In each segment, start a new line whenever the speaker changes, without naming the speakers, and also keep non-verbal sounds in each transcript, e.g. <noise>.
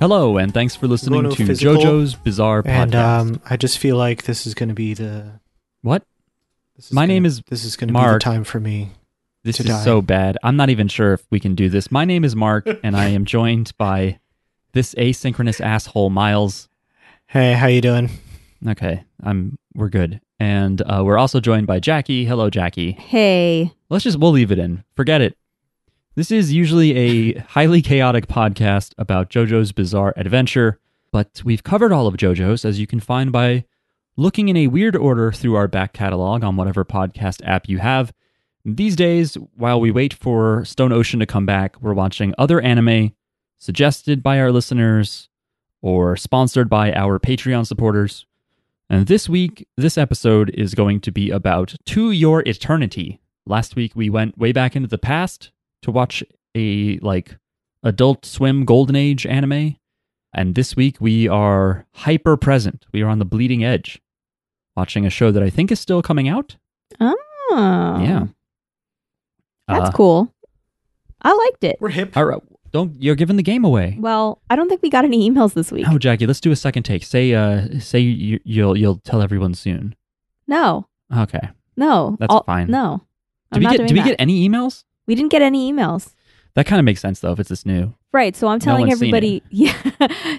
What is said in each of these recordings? Hello, and thanks for listening
Going
to
to physical
JoJo's Bizarre Podcast.
And um, I just feel like this is going to be the.
what?
This
My
gonna-
name is
This is going to be the
Mark.
time for me.
This
to
is
die.
so bad. I'm not even sure if we can do this. My name is
<laughs>
Mark, and I am joined by this asynchronous asshole, Miles.
Hey, how you doing?
Okay, I'm we're good, and uh, we're also joined by Jackie. Hello, Jackie.
Hey.
Let's just we'll leave it in. Forget it. This is usually a <laughs> highly chaotic podcast about JoJo's bizarre adventure, but we've covered all of JoJo's as you can find by looking in a weird order through our back catalog on whatever podcast app you have. These days, while we wait for Stone Ocean to come back, we're watching other anime suggested by our listeners or sponsored by our Patreon supporters. And this week, this episode is going to be about To Your Eternity. Last week, we went way back into the past to watch a like adult swim golden age anime. And this week, we are hyper present. We are on the bleeding edge, watching a show that I think is still coming out.
Oh.
yeah.
That's
Uh,
cool. I liked it.
We're hip.
All right. Don't you're giving the game away.
Well, I don't think we got any emails this week.
No, Jackie, let's do a second take. Say uh say you, you'll you'll tell everyone soon.
No.
Okay.
No.
That's fine.
No.
Do
I'm
we
not
get
doing
do we
that.
get any emails?
We didn't get any emails.
That kind of makes sense though if it's this new.
Right. So I'm telling
one's seen
everybody. <laughs> Yeah.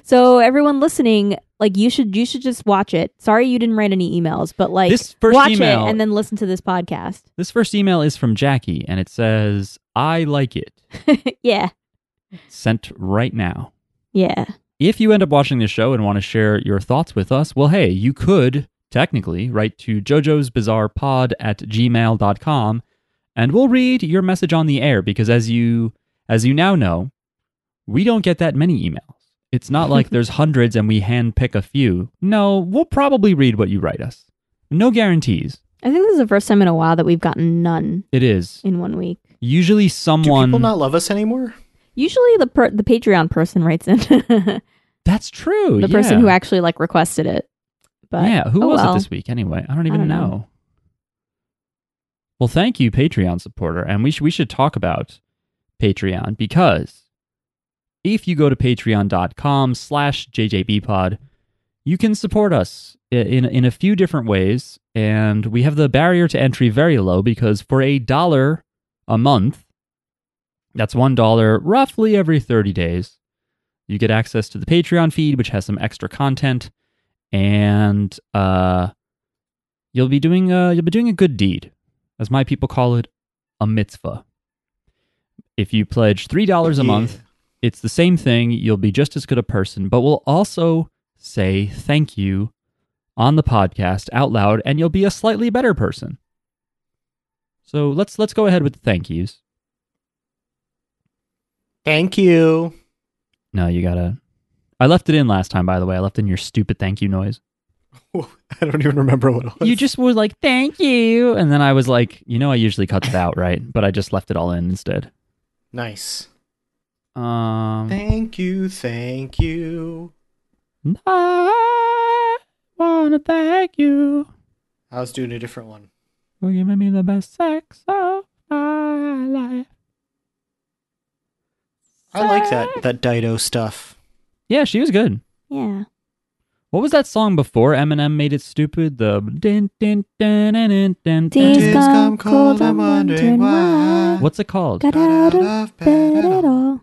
so everyone listening, like you should you should just watch it. Sorry you didn't write any emails, but like
this first
watch
email
it and then listen to this podcast. <laughs>
This first email is from Jackie and it says, "I like it."
yeah.
Sent right now.
Yeah.
If you end up watching this show and want to share your thoughts with us, well, hey, you could technically write to Jojo's Bizarre Pod at gmail.com and we'll read your message on the air because as you as you now know, we don't get that many emails. It's not like there's hundreds and we handpick a few. No, we'll probably read what you write us. No guarantees.
I think this is the first time in a while that we've gotten none
It is.
in one week.
Usually
Do
someone
people not love us anymore?
Usually the per- the Patreon person writes in. <laughs>
That's true.
the
Oh, yeah.
person who actually like requested it. But
yeah, who
oh
was
well.
it this week anyway? I don't even
don't
know.
know.
Well, thank you, Patreon supporter, and we should we should talk about Patreon because if you go to patreon.com slash jjbpod, you can support us i- in in a few different ways, and we have the barrier to entry very low because for a dollar a month, that's one dollar roughly every thirty days. You get access to the Patreon feed, which has some extra content and uh, you'll be doing a, you'll be doing a good deed, as my people call it, a mitzvah. If you pledge three dollars a
Yeah.
month, it's the same thing. You'll be just as good a person, but we'll also say thank you on the podcast out loud, and you'll be a slightly better person. So let's let's go ahead with the thank yous.
Thank you.
No, you gotta. I left it in last time, by the way. I left in your stupid thank you noise.
I don't even remember what it was.
you just were like, "Thank you," and then I was like, "You know, I usually cut that <laughs> out, right?" But I just left it all in instead.
nice.
Um,
Thank you. Thank you.
I wanna thank you
I was doing a different one.
for giving me the best sex of my life.
I like that that Dido stuff.
Yeah, she was good.
yeah.
What was that song before Eminem made it stupid? The din din din din din din.
Days
din.
Days come
gone
cold,
cold,
I'm
I'm
wondering
wondering
why.
why.
What's it called?
Got out of bed at all.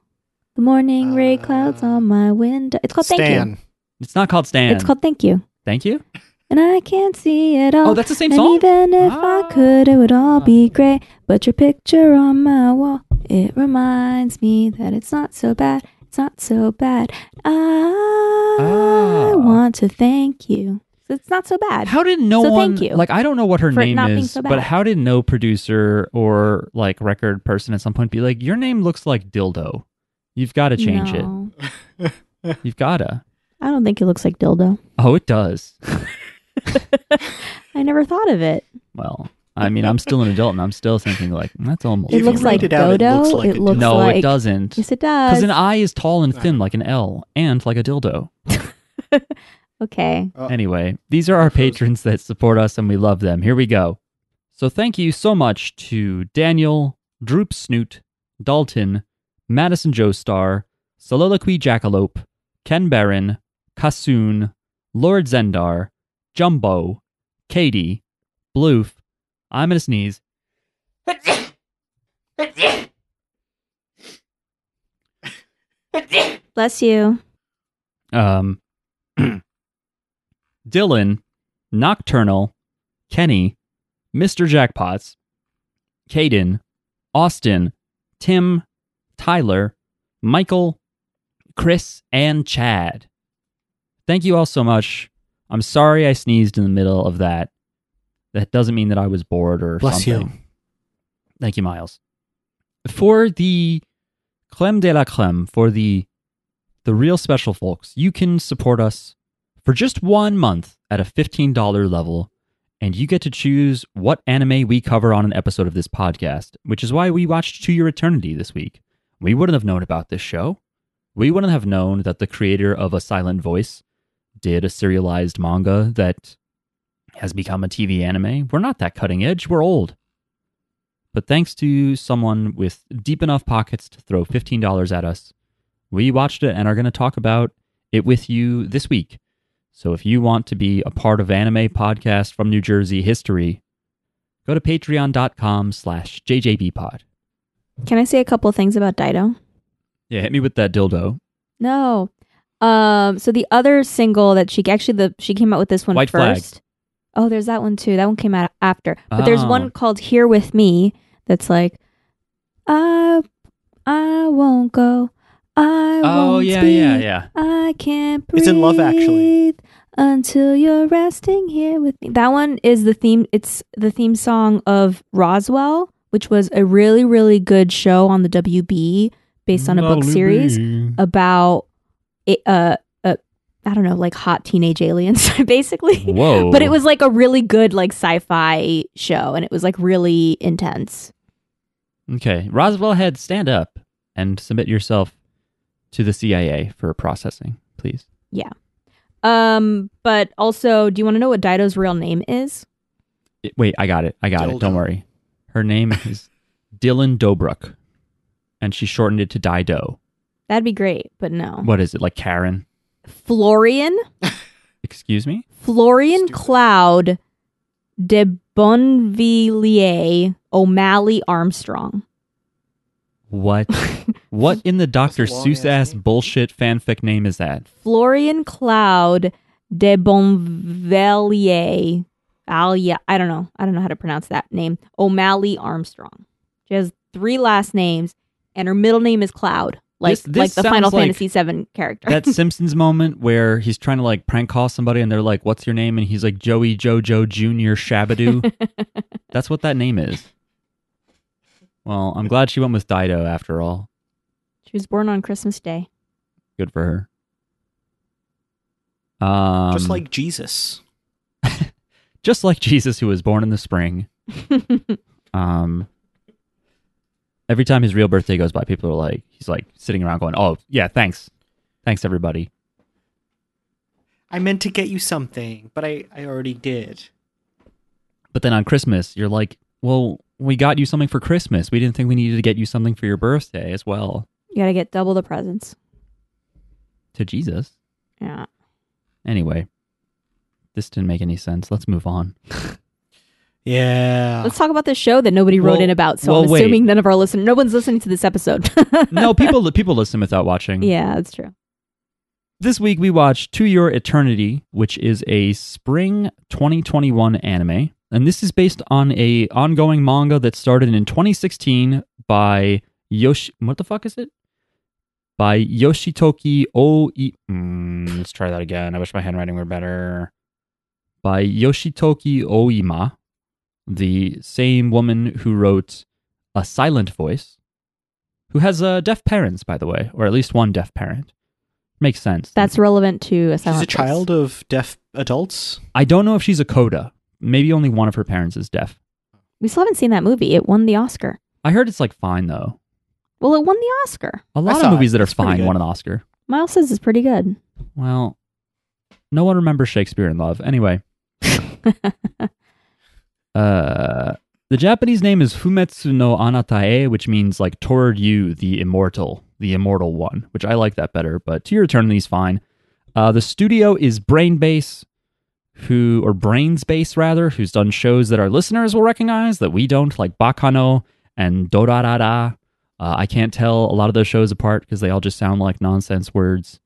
The morning ray clouds
Uh,
on my window. It's called
Stan.
Thank You.
It's not called Stan.
It's called Thank You.
Thank you.
And I can't see it all.
Oh, that's the same
and
song.
even if
Ah.
I could, it would all be great. But your picture on my wall, it reminds me that it's not so bad. It's not so bad. I
Ah.
want to thank you. So it's not so bad.
How did no
So
one
thank you
like I don't know what her
for it
name
not being
is,
so
but
bad.
how did no producer or like record person at some point be like, your name looks like dildo. You've got to change
No.
it. You've gotta.
I don't think it looks like dildo.
Oh, it does.
I never thought of it.
Well, I mean, I'm still an adult and I'm still thinking like that's almost.
It
If you
looks
write
like
it out, it
Dodo.
looks like a
it looks
dildo.
no,
like
it doesn't.
Yes, it
Because
does.
an I is tall and thin like an L and like a dildo.
okay.
Oh.
Anyway, these are our patrons that support us and we love them. Here we go. So thank you so much to Daniel, Droop Snoot, Dalton, Madison Joestar, Soliloquy Jackalope, Ken Baron, Kassoon, Lord Zendar, Jumbo, Katie, Bloof. I'm gonna sneeze.
Bless you.
Um, <clears throat> Dylan, Nocturnal, Kenny, Mr. Jackpots, Caden, Austin, Tim, Tyler, Michael, Chris, and Chad. Thank you all so much. I'm sorry I sneezed in the middle of that. That doesn't mean that I was bored or
Bless you.
something. Thank you, Miles. For the Clem de la Clem, for the the real special folks, you can support us for just one month at a $15 level, and you get to choose what anime we cover on an episode of this podcast, which is why we watched To Your Eternity this week. We wouldn't have known about this show. We wouldn't have known that the creator of A Silent Voice did a serialized manga that has become a TV anime. We're not that cutting edge, we're old. But thanks to someone with deep enough pockets to throw $15 at us, we watched it and are going to talk about it with you this week. So if you want to be a part of anime podcast from New Jersey history, go to patreon.com slash jjbpod.
Can I say a couple of things about Dido?
Yeah, hit me with that dildo.
No. Um. So the other single that she actually the she came out with this one
White
first.
Flag.
Oh, there's that one too. That one came out after. But there's
Oh.
one called "Here with Me" that's like, I I won't go. I
Oh,
won't
yeah,
speak.
yeah, yeah.
I can't breathe.
It's in Love, Actually.
Until you're resting here with me. That one is the theme. It's the theme song of Roswell, which was a really, really good show on the WB based on a book series about, it, uh, uh, I don't know, like hot teenage aliens, <laughs>
<laughs>
basically.
Whoa.
But it was like a really good, like sci fi show, and it was like really intense.
Okay. Roswell Head, stand up and submit yourself to the CIA for processing, please.
Um, but also, do you want to know what Dido's real name is?
It- wait, I got it. I got it. Don't
Dildo.
worry. Her name is Dylan Dobrook, and she shortened it to Dido.
That'd be great, but no.
What is it? Like Karen?
Florian
Excuse me?
Florian
Stupid.
Cloud de Bonvilliers O'Malley Armstrong.
What? what in the Dr.
That's a long
Seuss
ass
ass
name.
bullshit fanfic name is that?
Florian Cloud de Bonvilliers Alia. I don't know. I don't know how to pronounce that name. O'Malley Armstrong. She has three last names, and her middle name is Cloud, like
This- this
like the
sounds
Final
like-
Fantasy VII character.
That Simpsons moment where he's trying to like prank call somebody and they're like, "What's your name?" and he's like, "Joey JoJo Junior Shabadoo." That's what that name is. Well, I'm glad she went with Dido after all.
she was born on Christmas Day.
Good for her. Um,
Just like Jesus.
just like Jesus, who was born in the spring. Um, every time his real birthday goes by, people are like, he's like sitting around going, "Oh yeah, thanks, thanks everybody."
I meant to get you something, but I, I already did.
But then on Christmas, you're like, "Well, we got you something for Christmas. We didn't think we needed to get you something for your birthday as well."
you gotta get double the presents.
To Jesus,
Yeah.
anyway. This didn't make any sense. Let's move on.
Yeah.
Let's talk about this show that nobody wrote
Ah. Well-
in about. So
well,
I'm
wait.
assuming none of our listeners, no one's listening to this episode. <laughs>
no, <laughs> people people listen without watching.
Mm-hmm.
yeah, that's true.
This week we watched To Your Eternity, which is a spring 2021 anime, and this is based on a ongoing manga that started in 2016 by Yoshi. What the fuck is it? By Yoshitoki Oi. Mm, let's try that again. I wish my handwriting were better. By Yoshitoki Oima, the same woman who wrote A Silent Voice, who has uh, deaf parents, by the way, or at least one deaf parent. Makes sense.
That's relevant to a
She's
silent
a
voice.
child of deaf adults.
I don't know if she's a coda. Maybe only one of her parents is deaf.
We still haven't seen that movie. It won the Oscar.
I heard it's like fine though.
Well, it won the Oscar.
A lot of
saw
movies
it.
that are
It's pretty
fine
good.
won an Oscar.
Miles says it's pretty good. <laughs>
Well, no one remembers Shakespeare in Love. Anyway, uh, the Japanese name is Fumetsu no Anatae, which means like toward you, the immortal. the immortal one, which I like that better. But to your eternity's fine. Uh, the studio is Brainbase, who or Brainsbase rather, who's done shows that our listeners will recognize that we don't, like Bakano and Dorarara. Uh, I can't tell a lot of those shows apart because they all just sound like nonsense words.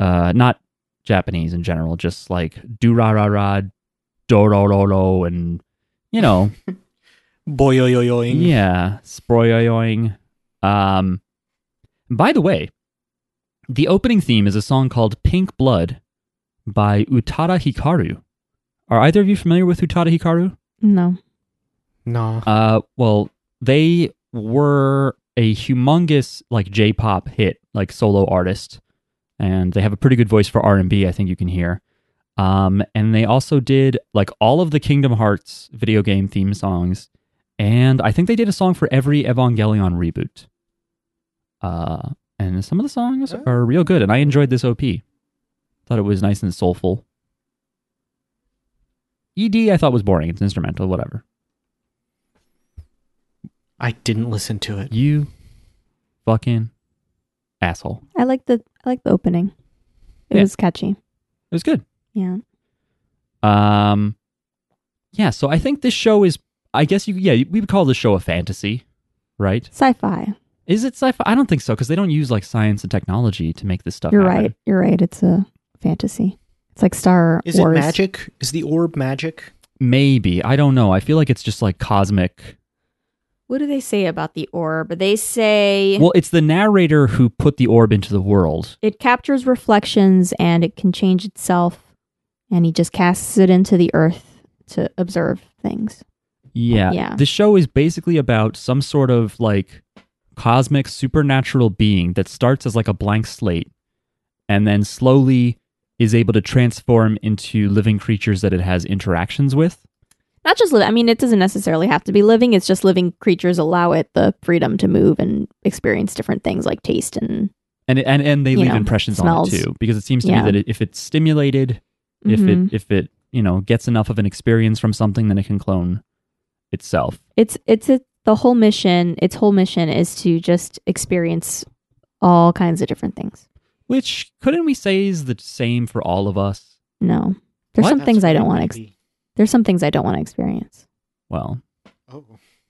Uh, not Japanese in general, just like Durarara, Dorororo, and you know,
Boyoyoyoing.
yeah, sproyoyoing. Um, by the way, the opening theme is a song called Pink Blood by Utada Hikaru. Are either of you familiar with Utada Hikaru?
No.
No.
Uh, well, they were a humongous like J-pop hit, like solo artist, and they have a pretty good voice for R&B. I think you can hear. Um, and they also did like all of the Kingdom Hearts video game theme songs, and I think they did a song for every Evangelion reboot. Uh, and some of the songs
Oh.
are real good, and I enjoyed this OP. Thought it was nice and soulful. ED I thought was boring. It's instrumental, whatever.
I didn't listen to it.
You fucking asshole.
I like the I like the opening. It
Yeah.
was catchy.
It was good.
Yeah.
Um Yeah, so I think this show is I guess you yeah, we would call this show a fantasy, right?
Sci-fi.
Is it sci-fi? I don't think so cuz they don't use like science and technology to make this stuff
You're
happen.
right. You're right. It's a fantasy. It's like Star
Is it
Wars.
magic? Is the orb magic?
Maybe. I don't know. I feel like it's just like cosmic.
What do they say about the orb? They say
Well, it's the narrator who put the orb into the world.
It captures reflections and it can change itself and he just casts it into the earth to observe things.
Yeah.
Yeah.
The show is basically about some sort of like cosmic supernatural being that starts as like a blank slate and then slowly is able to transform into living creatures that it has interactions with.
Not just living. I mean, it doesn't necessarily have to be living. It's just living creatures allow it the freedom to move and experience different things like taste and
And it, and, and they
You
leave
know,
impressions
smells.
on it too because it seems to
Yeah.
be that it, if it's stimulated,
Mhm.
if it if it, you know, gets enough of an experience from something then it can clone itself.
it's it's it, the whole mission. Its whole mission is to just experience all kinds of different things.
Which couldn't we say is the same for all of us?
No, there's
What?
some
That's
things I
pretty
don't want. Ex-
creepy.
there's some things I don't want to experience.
Well,
Oh.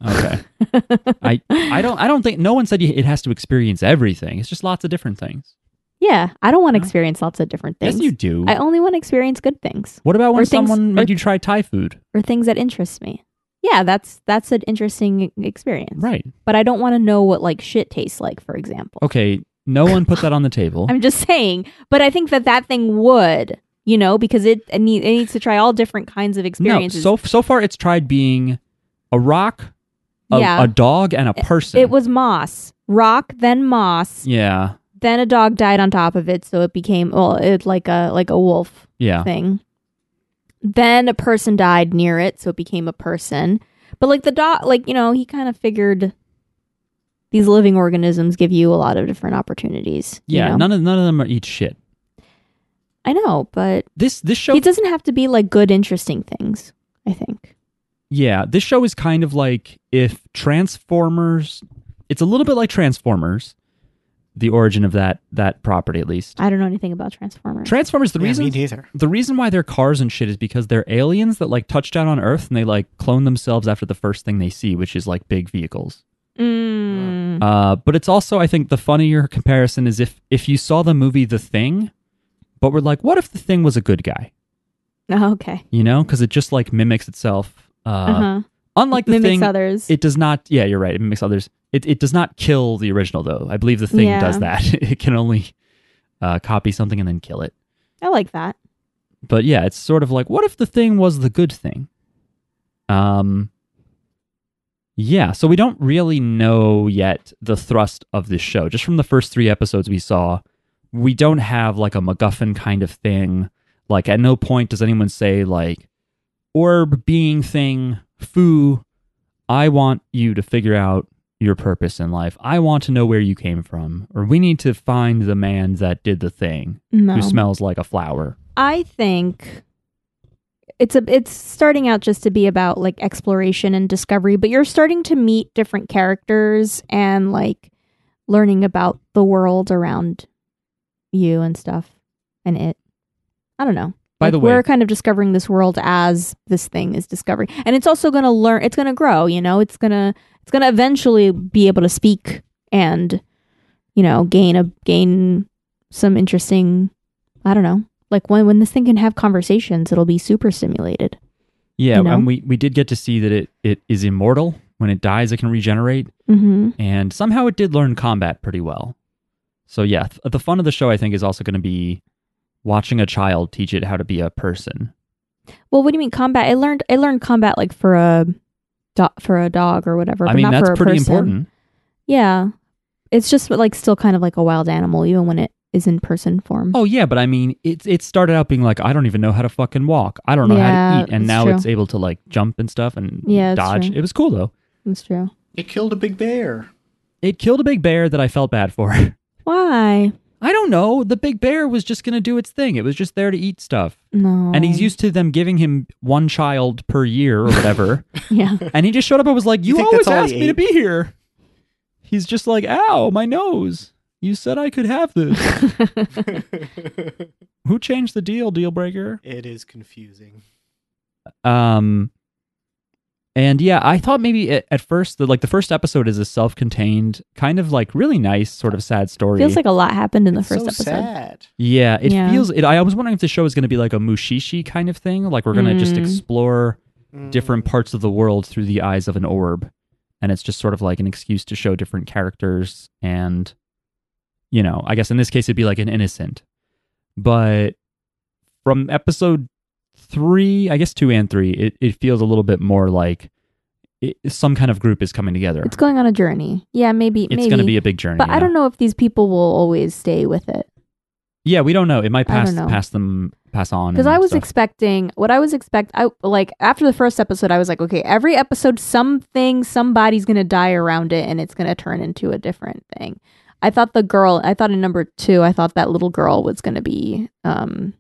okay.
<laughs>
I don't. I don't think no one said you, it has to experience everything. It's just lots of different things.
Yeah, I don't want to
No.
experience lots of different things.
Yes, you do.
I only want to experience good things
what about when
or things-
someone made
or-
you try Thai food?
or things that interest me. Yeah, that's that's an interesting experience.
Right.
But I don't want to know what like shit tastes like, for example.
Okay. No one put that on the
<laughs>
table.
I'm just saying, but I think that that thing would, you know, because it it, need, it needs to try all different kinds of
no.
experiences.
So so far, it's tried being a rock, a,
Yeah.
a dog, and a person.
it was moss, rock, then moss,
Yeah.
then a dog died on top of it, so it became well, it like a like a wolf
Yeah.
thing. Then a person died near it, so it became a person. But like the dog, like you know, he kind of figured these living organisms give you a lot of different opportunities. you
Yeah.
know?
None of none of them are eat shit.
I know, but
This this show.
it doesn't have to be like good, interesting things. I think.
Yeah, this show is kind of like if Transformers. It's a little bit like Transformers, the origin of that that property at least.
I don't know anything about Transformers.
Transformers. The
Yeah,
reason
me neither.
the reason why they're cars and shit is because they're aliens that like touch down on Earth and they like clone themselves after the first thing they see, which is like big vehicles.
Mm.
Uh, but it's also, I think, the funnier comparison is if if you saw the movie The Thing, but we're like, what if the Thing was a good guy?
Oh, okay.
You know, because it just like mimics itself. Uh,
Uh-huh.
Unlike the
Mimics
Thing,
others.
it does not. Yeah, you're right. It mimics others. It it does not kill the original though. I believe The Thing
Yeah.
does that. <laughs> it can only uh, copy something and then kill it.
I like that.
but yeah, it's sort of like, what if the thing was the good thing? Um, yeah, so we don't really know yet the thrust of this show. Just from the first three episodes we saw, we don't have like a MacGuffin kind of thing. Like, at no point does anyone say, like, orb being thing, foo, I want you to figure out your purpose in life. I want to know where you came from, or we need to find the man that did the thing
No.
who smells like a flower.
I think it's a it's starting out just to be about like exploration and discovery, but you're starting to meet different characters and like learning about the world around you and stuff and it. I don't know.
By
Like,
the way-
we're kind of discovering this world as this thing is discovering, and it's also going to learn. It's going to grow. You know, it's gonna it's gonna eventually be able to speak and you know gain a gain some interesting. I don't know. Like when when this thing can have conversations, it'll be super stimulated.
Yeah,
You know?
and we, we did get to see that it, it is immortal. When it dies, it can regenerate,
Mm-hmm.
and somehow it did learn combat pretty well. So yeah, th- the fun of the show I think is also going to be watching a child teach it how to be a person.
Well, what do you mean combat? I learned I learned combat like for a do- for a dog or whatever.
I
but
mean,
not
that's
for a
pretty
person.
important.
Yeah, it's just like still kind of like a wild animal, even when it is in person form.
Oh yeah, but I mean, it it started out being like I don't even know how to fucking walk. I don't know how
Yeah,
to eat, and
that's
now
true.
it's able to like jump and stuff and
Yeah, that's
dodge.
true.
It was cool though.
That's true.
It killed a big bear. <laughs>
It killed a big bear that I felt bad for. <laughs>
Why?
I don't know. The big bear was just gonna do its thing. It was just there to eat stuff,
No.
and he's
Mm.
used to them giving him one child per year or
<laughs>
whatever.
<laughs> Yeah.
and he just showed up and was like, "You,
You think
always
that's all
asked
he
me to
ate?"
be here." He's just like, "Ow, my nose! You said I could have
<laughs>
this.
it
Who changed the deal, deal breaker?"
is confusing.
Um, and yeah, I thought maybe at, at first, the, like the first episode is a self-contained, kind of like really nice, sort of sad story.
Feels like a lot happened in the
It's
first
so
episode.
sad.
yeah, it
Yeah.
feels. It, I was wondering if the show is going to be like a Mushishi kind of thing, like we're going to just
Mm.
explore different
Mm.
parts of the world through the eyes of an orb, and it's just sort of like an excuse to show different characters, and you know, I guess in this case it'd be like an innocent, but from episode three, I guess two and three, it, it feels a little bit more like it, some kind of group is coming together.
It's going on a journey. Yeah, maybe.
It's
maybe.
going to be a big journey.
but
yeah.
I don't know if these people will always stay with it
Yeah, we don't know. It might
I
pass
don't know.
pass them pass on.
because
and
I was
stuff.
expecting what I was expect. I like after the first episode, I was like, okay, every episode, something, somebody's gonna die around it, and it's gonna turn into a different thing. I thought the girl. I thought in number two, I thought that little girl was gonna be. um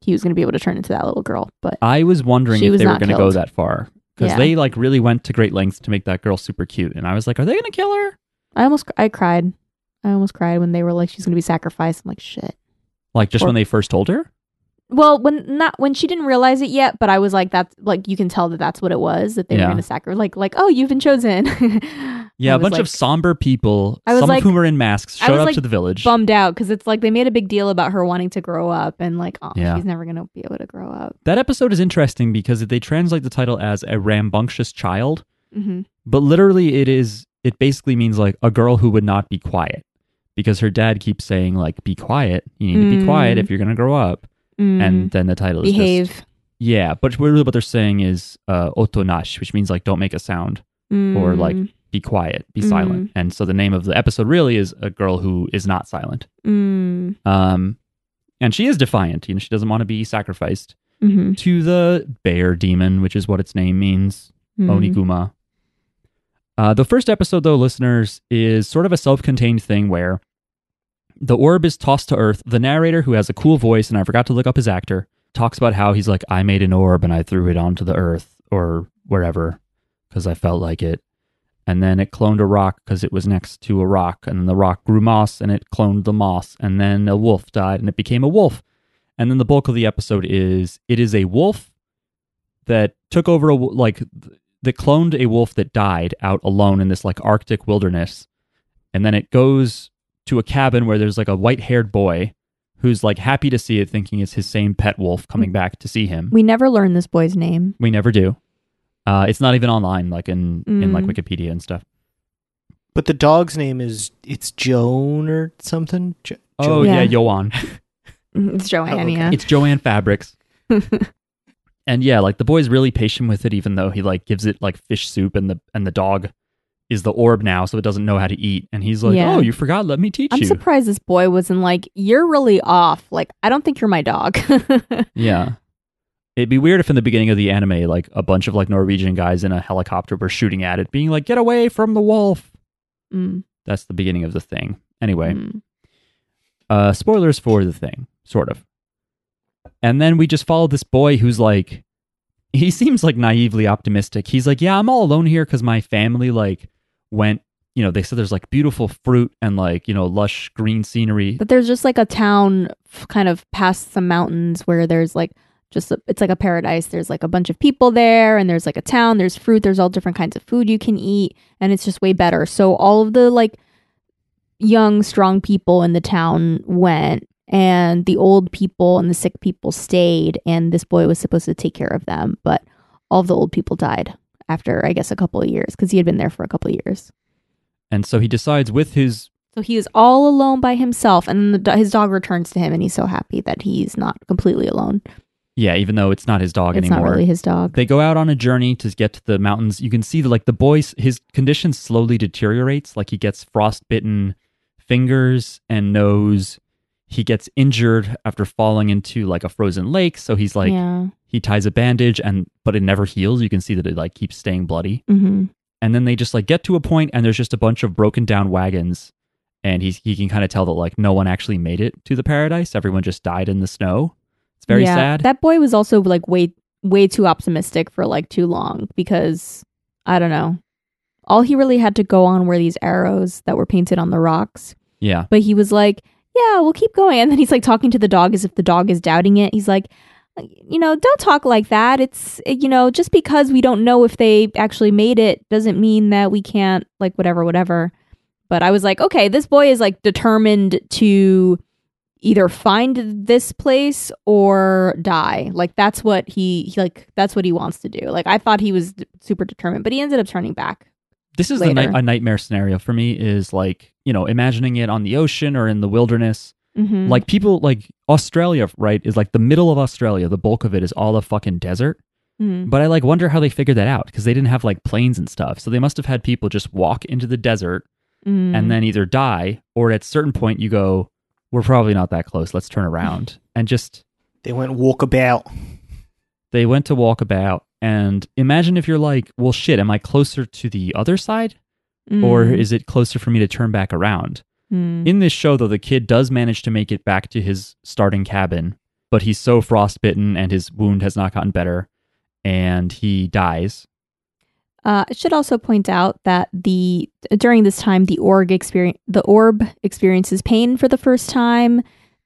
He was gonna be able to turn into that little girl, but
I was wondering
She
if
was
they were
not
going to go
killed.
that far because
Yeah.
they like really went to great lengths to make that girl super cute, and I was like, are they going to kill her?
I almost I cried. I almost cried when they were like, she's gonna be sacrificed. I'm like, shit.
Like just
Or-
when they first told her.
Well, when not when she didn't realize it yet, but I was like, that's like you can tell that that's what it was that they
Yeah.
were going to sacrifice. Like, like oh, you've been chosen. <laughs>
Yeah,
I
a
was,
bunch
like,
of somber people,
I was,
some
like-
of whom are in masks,
I
showed
was,
up
like,
to the village.
bummed out because it's like they made a big deal about her wanting to grow up and like, oh,
Yeah.
she's never going to be able to grow up.
That episode is interesting because they translate the title as a rambunctious child,
hmm
but literally it is it basically means like a girl who would not be quiet because her dad keeps saying like be quiet, you need to be
Mm. Mm-hmm.
quiet if you're going to grow up. And then the title is just-
behave.
yeah, but really what they're saying is uh otonash, which means like don't make a sound, or, like,
Mm,
be quiet, be silent. And so the name of the episode really is a girl who is not silent.
mm,
Um and she is defiant, you know, she doesn't want to be sacrificed.
mhm,
to the bear demon, which is what its name means,
mm.
Oniguma. Uh, the first episode, though, listeners, is sort of a self contained thing where the orb is tossed to earth. The narrator, who has a cool voice, and I forgot to look up his actor, talks about how he's like, I made an orb and I threw it onto the earth or wherever because I felt like it. And then it cloned a rock because it was next to a rock. And the rock grew moss and it cloned the moss. And then a wolf died and it became a wolf. And then the bulk of the episode is it is a wolf that took over a wo- like th- that cloned a wolf that died out alone in this like Arctic wilderness, and then it goes to a cabin where there's like a white haired boy who's like happy to see it, thinking it's his same pet wolf coming back to see him.
Mm. We never learned this boy's name. <laughs>
We never do. Uh, it's not even online, like in in like
Mm.
Wikipedia and stuff.
But the dog's name is it's Joan or something. Jo-
Oh
Joan.
yeah,
Yeah.
Joan.
It's Joanne.
okay.
yeah.
<laughs> it's Joanne
<laughs>
Fabrics. and yeah, like the boy's really patient with it, even though he like gives it like fish soup, and the and the dog is the orb now, so it doesn't know how to eat. And he's like,
Yeah.
"Oh, you forgot? Let me teach
I'm
you."
surprised this boy wasn't like, you're really off. Like, I don't think you're my dog. <laughs>
Yeah. It'd be weird if in the beginning of the anime, like a bunch of like Norwegian guys in a helicopter were shooting at it, being like, "Get away from the wolf!"
Mm.
That's the beginning of the thing. Anyway,
Mm.
uh, spoilers for the thing, sort of. And then we just follow this boy who's like, he seems like naively optimistic. He's like, yeah, I'm all alone here because my family like went you know, they said there's like beautiful fruit and like, you know, lush green scenery.
But there's just like a town f- kind of past some mountains where there's like just a, it's like a paradise. There's like a bunch of people there and there's like a town, there's fruit, there's all different kinds of food you can eat and it's just way better. So all of the like young strong people in the town went and the old people and the sick people stayed and this boy was supposed to take care of them, but all of the old people died after I guess a couple of years cuz he had been there for a couple of years.
And so he decides with his
So he is all alone by himself, and the, do- his dog returns to him, and he's so happy that he's not completely alone.
yeah, even though it's not his dog
it's
anymore.
not really his dog.
They go out on a journey to get to the mountains. You can see that like the boys his condition slowly deteriorates. Like he gets frostbitten fingers and nose. He gets injured after falling into like a frozen lake, so he's like
yeah.
he ties a bandage and but it never heals. You can see that it like keeps staying bloody.
hmm
and then they just like get to a point and there's just a bunch of broken down wagons and he's, he can kind of tell that like no one actually made it to the paradise everyone just died in the snow it's very
Yeah.
sad
That boy was also like way way too optimistic for like too long because I don't know. All he really had to go on were these arrows that were painted on the rocks,
yeah
but he was like, "Yeah, we'll keep going." And then he's like talking to the dog as if the dog is doubting it. He's like. You know, don't talk like that. It's, you know, just because we don't know if they actually made it doesn't mean that we can't, like, whatever, whatever. but I was like, okay, this boy is like determined to either find this place or die. Like that's what he, he like that's what he wants to do. Like I thought he was d- super determined, but he ended up turning back.
this is the night,
later.
a nightmare scenario for me is like you know imagining it on the ocean or in the wilderness
Mm-hmm.
like people like australia right is like the middle of australia the bulk of it is all a fucking desert but i like wonder how they figured that out because they didn't have like planes and stuff so they must have had people just walk into the desert
Mm-hmm. Mm.
and then either die or at a certain point you go we're probably not that close let's turn around and just
They went walkabout.
they went to walkabout and imagine if you're like well shit am i closer to the other side
Mm-hmm.
or
Mm.
is it closer for me to turn back around in this show though the kid does manage to make it back to his starting cabin but he's so frostbitten and his wound has not gotten better and he dies
Uh, I should also point out that the during this time the org experience the orb experiences pain for the first time.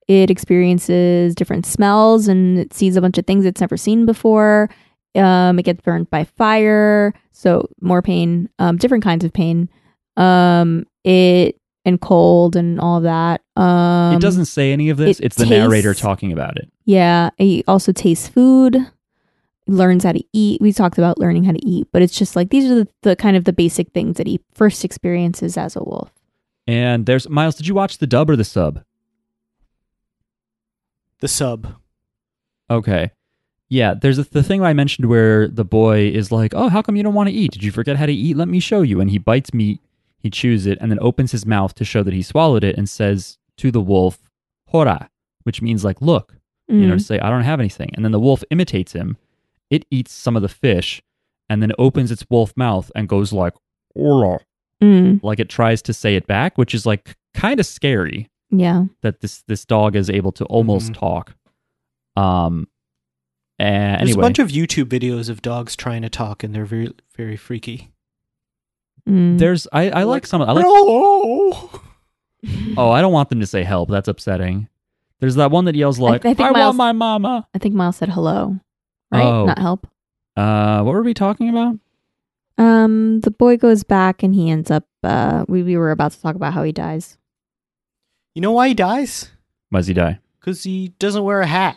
It experiences different smells and it sees a bunch of things it's never seen before. Um, it gets burned by fire, so more pain, um, different kinds of pain. Um, it and cold and all that. Um,
it doesn't say any of this
it
it's the narrator
tastes-
talking about it
yeah, he also tastes food, learns how to eat. We talked about learning how to eat, but it's just like these are the, the kind of the basic things that he first experiences as a wolf.
and there's miles did you watch the dub or the sub
The sub.
Okay. Yeah, there's a, the thing I mentioned where the boy is like, "Oh, how come you don't want to eat? Did you forget how to eat? Let me show you." And he bites meat, he chews it, and then opens his mouth to show that he swallowed it, and says to the wolf, "Hora," which means like, "Look," you
Mm.
know, to say, "I don't have anything." And then the wolf imitates him. It eats some of the fish, and then opens its wolf mouth and goes like, "Hora,"
Mm,
like it tries to say it back, which is like kind of scary
yeah.
that this this dog is able to almost talk. Um. Uh,
Mm-hmm. There's
anyway,
a bunch of YouTube videos of dogs trying to talk, and they're very, very freaky.
Mm.
there's I, I like some. I like.
Hello.
Oh, I don't want them to say help. That's upsetting. There's that one that yells like, "I,
I think
want
Miles-
my mama."
I think Miles said hello, right?
Oh.
Not help.
Uh, what were we talking about?
Um, the boy goes back and he ends up. Uh, we we were about to talk about how he dies.
<laughs> You know why he dies?
Why does he die?
Because he doesn't wear a hat.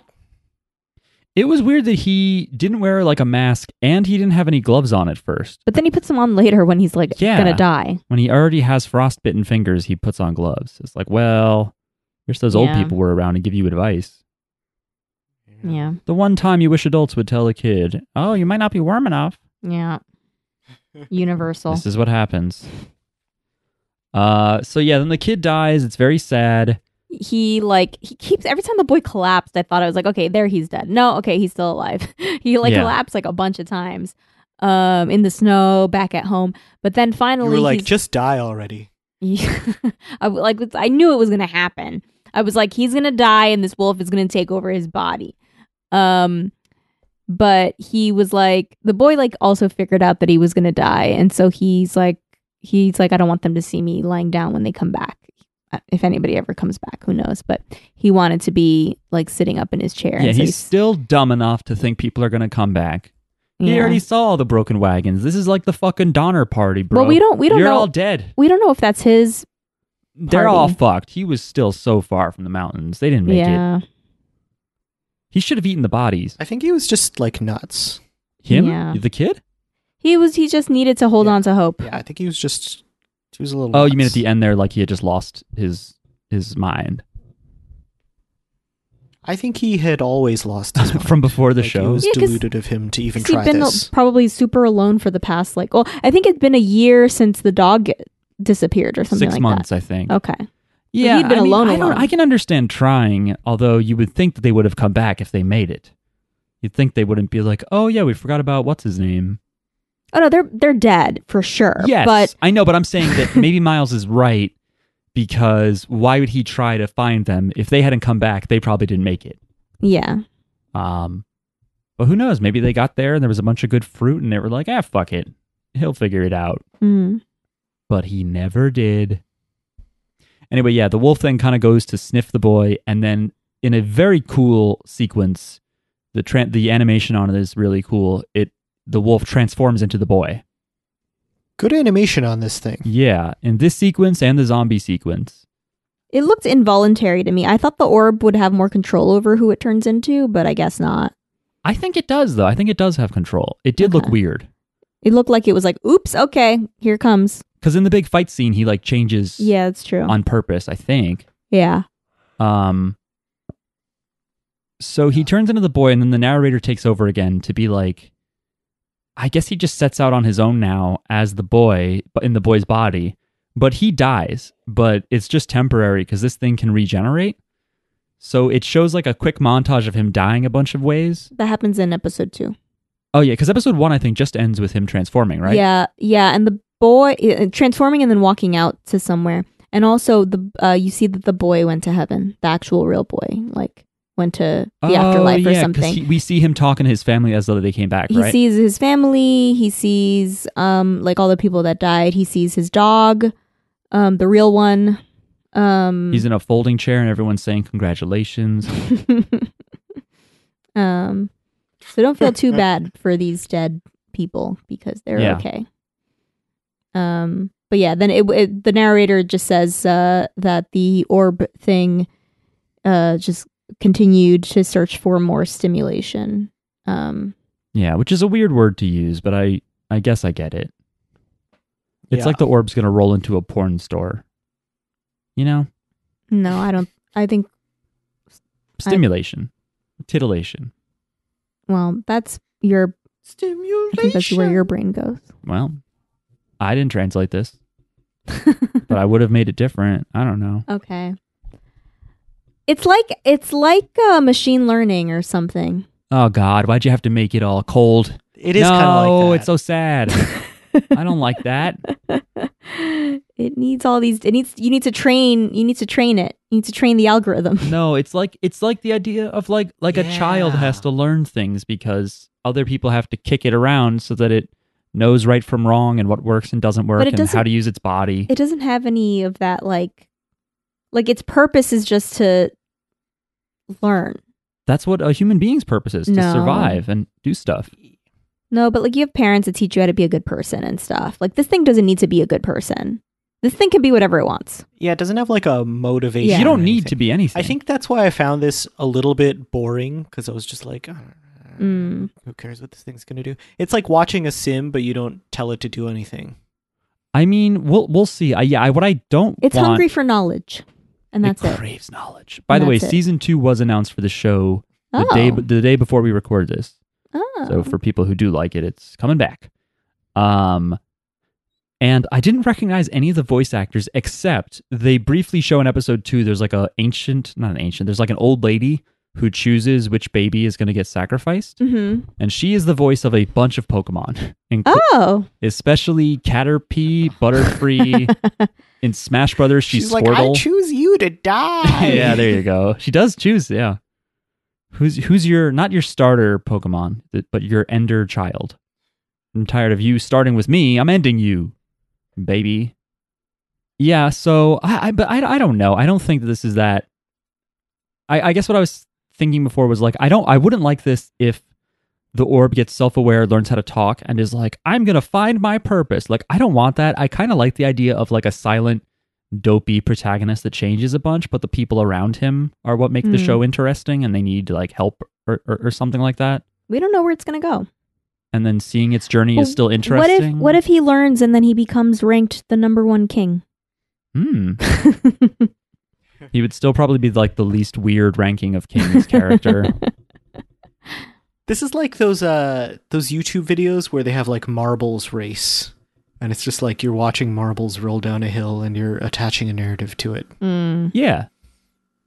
It was weird that he didn't wear like a mask and he didn't have any gloves on at first.
But then he puts them on later when he's like
Yeah.
gonna die.
When he already has frostbitten fingers, he puts on gloves. It's like, well, wish those old
Yeah.
people were around and give you advice.
Yeah,
The one time you wish adults would tell a kid, "Oh, you might not be warm enough."
yeah. Universal.
This is what happens. Uh, so yeah, then the kid dies. It's very sad.
he like he keeps every time the boy collapsed i thought i was like okay there he's dead no okay he's still alive <laughs> he like
Yeah.
collapsed like a bunch of times um in the snow back at home but then
You
finally
were like,
he's-
just die already.
<laughs> I w- like I knew it was gonna happen. I was like, he's gonna die, and this wolf is gonna take over his body. Um, but he was like, the boy like also figured out that he was gonna die, and so he's like, he's like, I don't want them to see me lying down when they come back. Uh, If anybody ever comes back, who knows? But he wanted to be like sitting up in his chair.
Yeah,
and so
he's still dumb enough to think people are going to come back. He
yeah.
already saw all the broken wagons. This is like the fucking Donner party, bro.
But we don't- we don't
You're
know-
all dead.
we don't know if that's his.
They're all
Party.
fucked. He was still so far from the mountains. They didn't make it.
yeah,
He should have eaten the bodies.
I think he was just like nuts.
Him?
Yeah.
The kid?
he was. He just needed to hold
Yeah.
on to hope.
Yeah, I think he was just he was a little.
Oh, you mean at
nuts.
the end there like he had just lost his his mind
I think he had always
<laughs>
lost his mind.
from before the
Like,
show.
It was
Yeah, 'cause-
deluded of him to even
Because he'd
try
been
this.
probably super alone for the past like. Well, I think it's been a year since the dog disappeared or something
Six
like
months, I think.
that. Okay.
Yeah,
he'd been
I mean,
alone
I, don't-
alone.
I can understand trying, although you would think that they would have come back if they made it. You'd think they wouldn't be like, "Oh yeah, we forgot about what's his name."
Oh no, they're they're dead for sure.
Yes,
But
I know, but I'm saying that
<laughs>
maybe Miles is right because why would he try to find them if they hadn't come back? They probably didn't make it.
yeah.
Um, but who knows? Maybe they got there and there was a bunch of good fruit, and they were like, "Ah, fuck it, he'll figure it out."
Mm.
But he never did. Anyway, yeah, the wolf then kind of goes to sniff the boy, and then in a very cool sequence, the tran the animation on it is really cool. It the wolf transforms into the boy.
Good animation on this thing.
Yeah, in this sequence and the zombie sequence.
It looked involuntary to me. I thought the orb would have more control over who it turns into, but I guess not.
I think it does though. I think it does have control. It did look
Okay.
weird
It looked like it was like, oops, okay, here it comes.
cuz in the big fight scene he like changes
Yeah, that's true.
on purpose, I think.
yeah.
Um so he turns into the boy and then the narrator takes over again to be like I guess he just sets out on his own now as the boy but in the boy's body, but he dies, but it's just temporary cuz this thing can regenerate. So it shows like a quick montage of him dying a bunch of ways.
That happens in episode two.
Oh yeah, because episode one I think just ends with him transforming, right?
Yeah. Yeah. And the boy uh, transforming and then walking out to somewhere. And also the uh, you see that the boy went to heaven. The actual real boy, like went to the
Oh,
afterlife or
yeah, 'cause
something.
he- we see him talking to his family as though they came back,
he
right?
sees his family he sees um like all the people that died he sees his dog um the real one um
He's in a folding chair and everyone's saying
<laughs>
congratulations.
um so don't
<laughs>
feel too bad for these dead people because they're
Yeah.
okay um but yeah then it, it the narrator just says uh that the orb thing uh just continued to search for more stimulation um
yeah, which is a weird word to use, but I I guess I get it. It's
Yeah.
like the orb's gonna roll into a porn store. You know,
no i don't i think
stimulation, titillation.
well that's your
Stimulation.
I think that's where your brain goes.
Well, I didn't translate
<laughs>
this, but I would have made it different. I don't know.
okay. It's like it's like uh, machine learning or something.
Oh God, why'd you have to make it all cold?
It is
no,
kind of like that.
it's so
<laughs>
sad. <laughs> I don't like that.
<laughs> it needs all these. It needs you need to train. You need to train it. You need to train the algorithm. <laughs>
No, it's like it's like the idea of like like a child
Yeah.
has to learn things because other people have to kick it around so that it knows right from wrong and what works and doesn't work
it
and how
doesn't-
to use its body.
It doesn't have any of that. Like, like its purpose is just to learn.
That's what a human being's purpose is to
No.
survive and do stuff.
No, but like you have parents that teach you how to be a good person and stuff. Like this thing doesn't need to be a good person. This thing can be whatever it wants.
yeah, it doesn't have like a motivation.
Yeah.
You
or
don't need to
anything.
be anything.
I think that's why I found this a little bit boring because I was just like, I don't know,
Mm.
who cares what this thing's gonna do? It's like watching a sim, but you don't tell it to do anything.
I mean, we'll we'll see. I, yeah, I, what I don't
It's
want-
hungry for knowledge, and that's
it
it.
craves knowledge. By the way,
That's it.
season two was announced for the show the
oh.
day the day before we record this.
Oh.
So for people who do like it, it's coming back. Um and I didn't recognize any of the voice actors except they briefly show in episode 2 there's like a ancient, not an ancient, there's like an old lady who chooses which baby is going to get sacrificed
Mhm.
and she is the voice of a bunch of Pokemon, <laughs> inclu-
Oh.
especially Caterpie, Butterfree, in Smash Brothers she's,
like, I
Squirtle.
choose you
<laughs>
to die.
yeah, there you go. She does choose, yeah. Who's who's your not your starter Pokemon, th- but your ender child? I'm tired of you starting with me. I'm ending you. baby. Yeah, so I, I but I, I don't know. I don't think that this is that. I, I guess what I was thinking before was like I don't I wouldn't like this if the orb gets self aware, learns how to talk, and is like I'm gonna find my purpose. Like I don't want that. I kind of like the idea of like a silent, dopey protagonist that changes a bunch, but the people around him are what make the
Hmm.
show interesting, and they need like help or, or, or something like that.
We don't know where it's going to go.
And then seeing its journey
Well,
is still
What if
interesting.
what if he learns and then he becomes ranked the number 1 king? <laughs>
Hmm. He would still probably be like the least weird ranking of
<laughs>
King's character.
This is like those uh those YouTube videos where they have like marbles race, and it's just like you're watching marbles roll down a hill and you're attaching a narrative to it.
Mm.
yeah.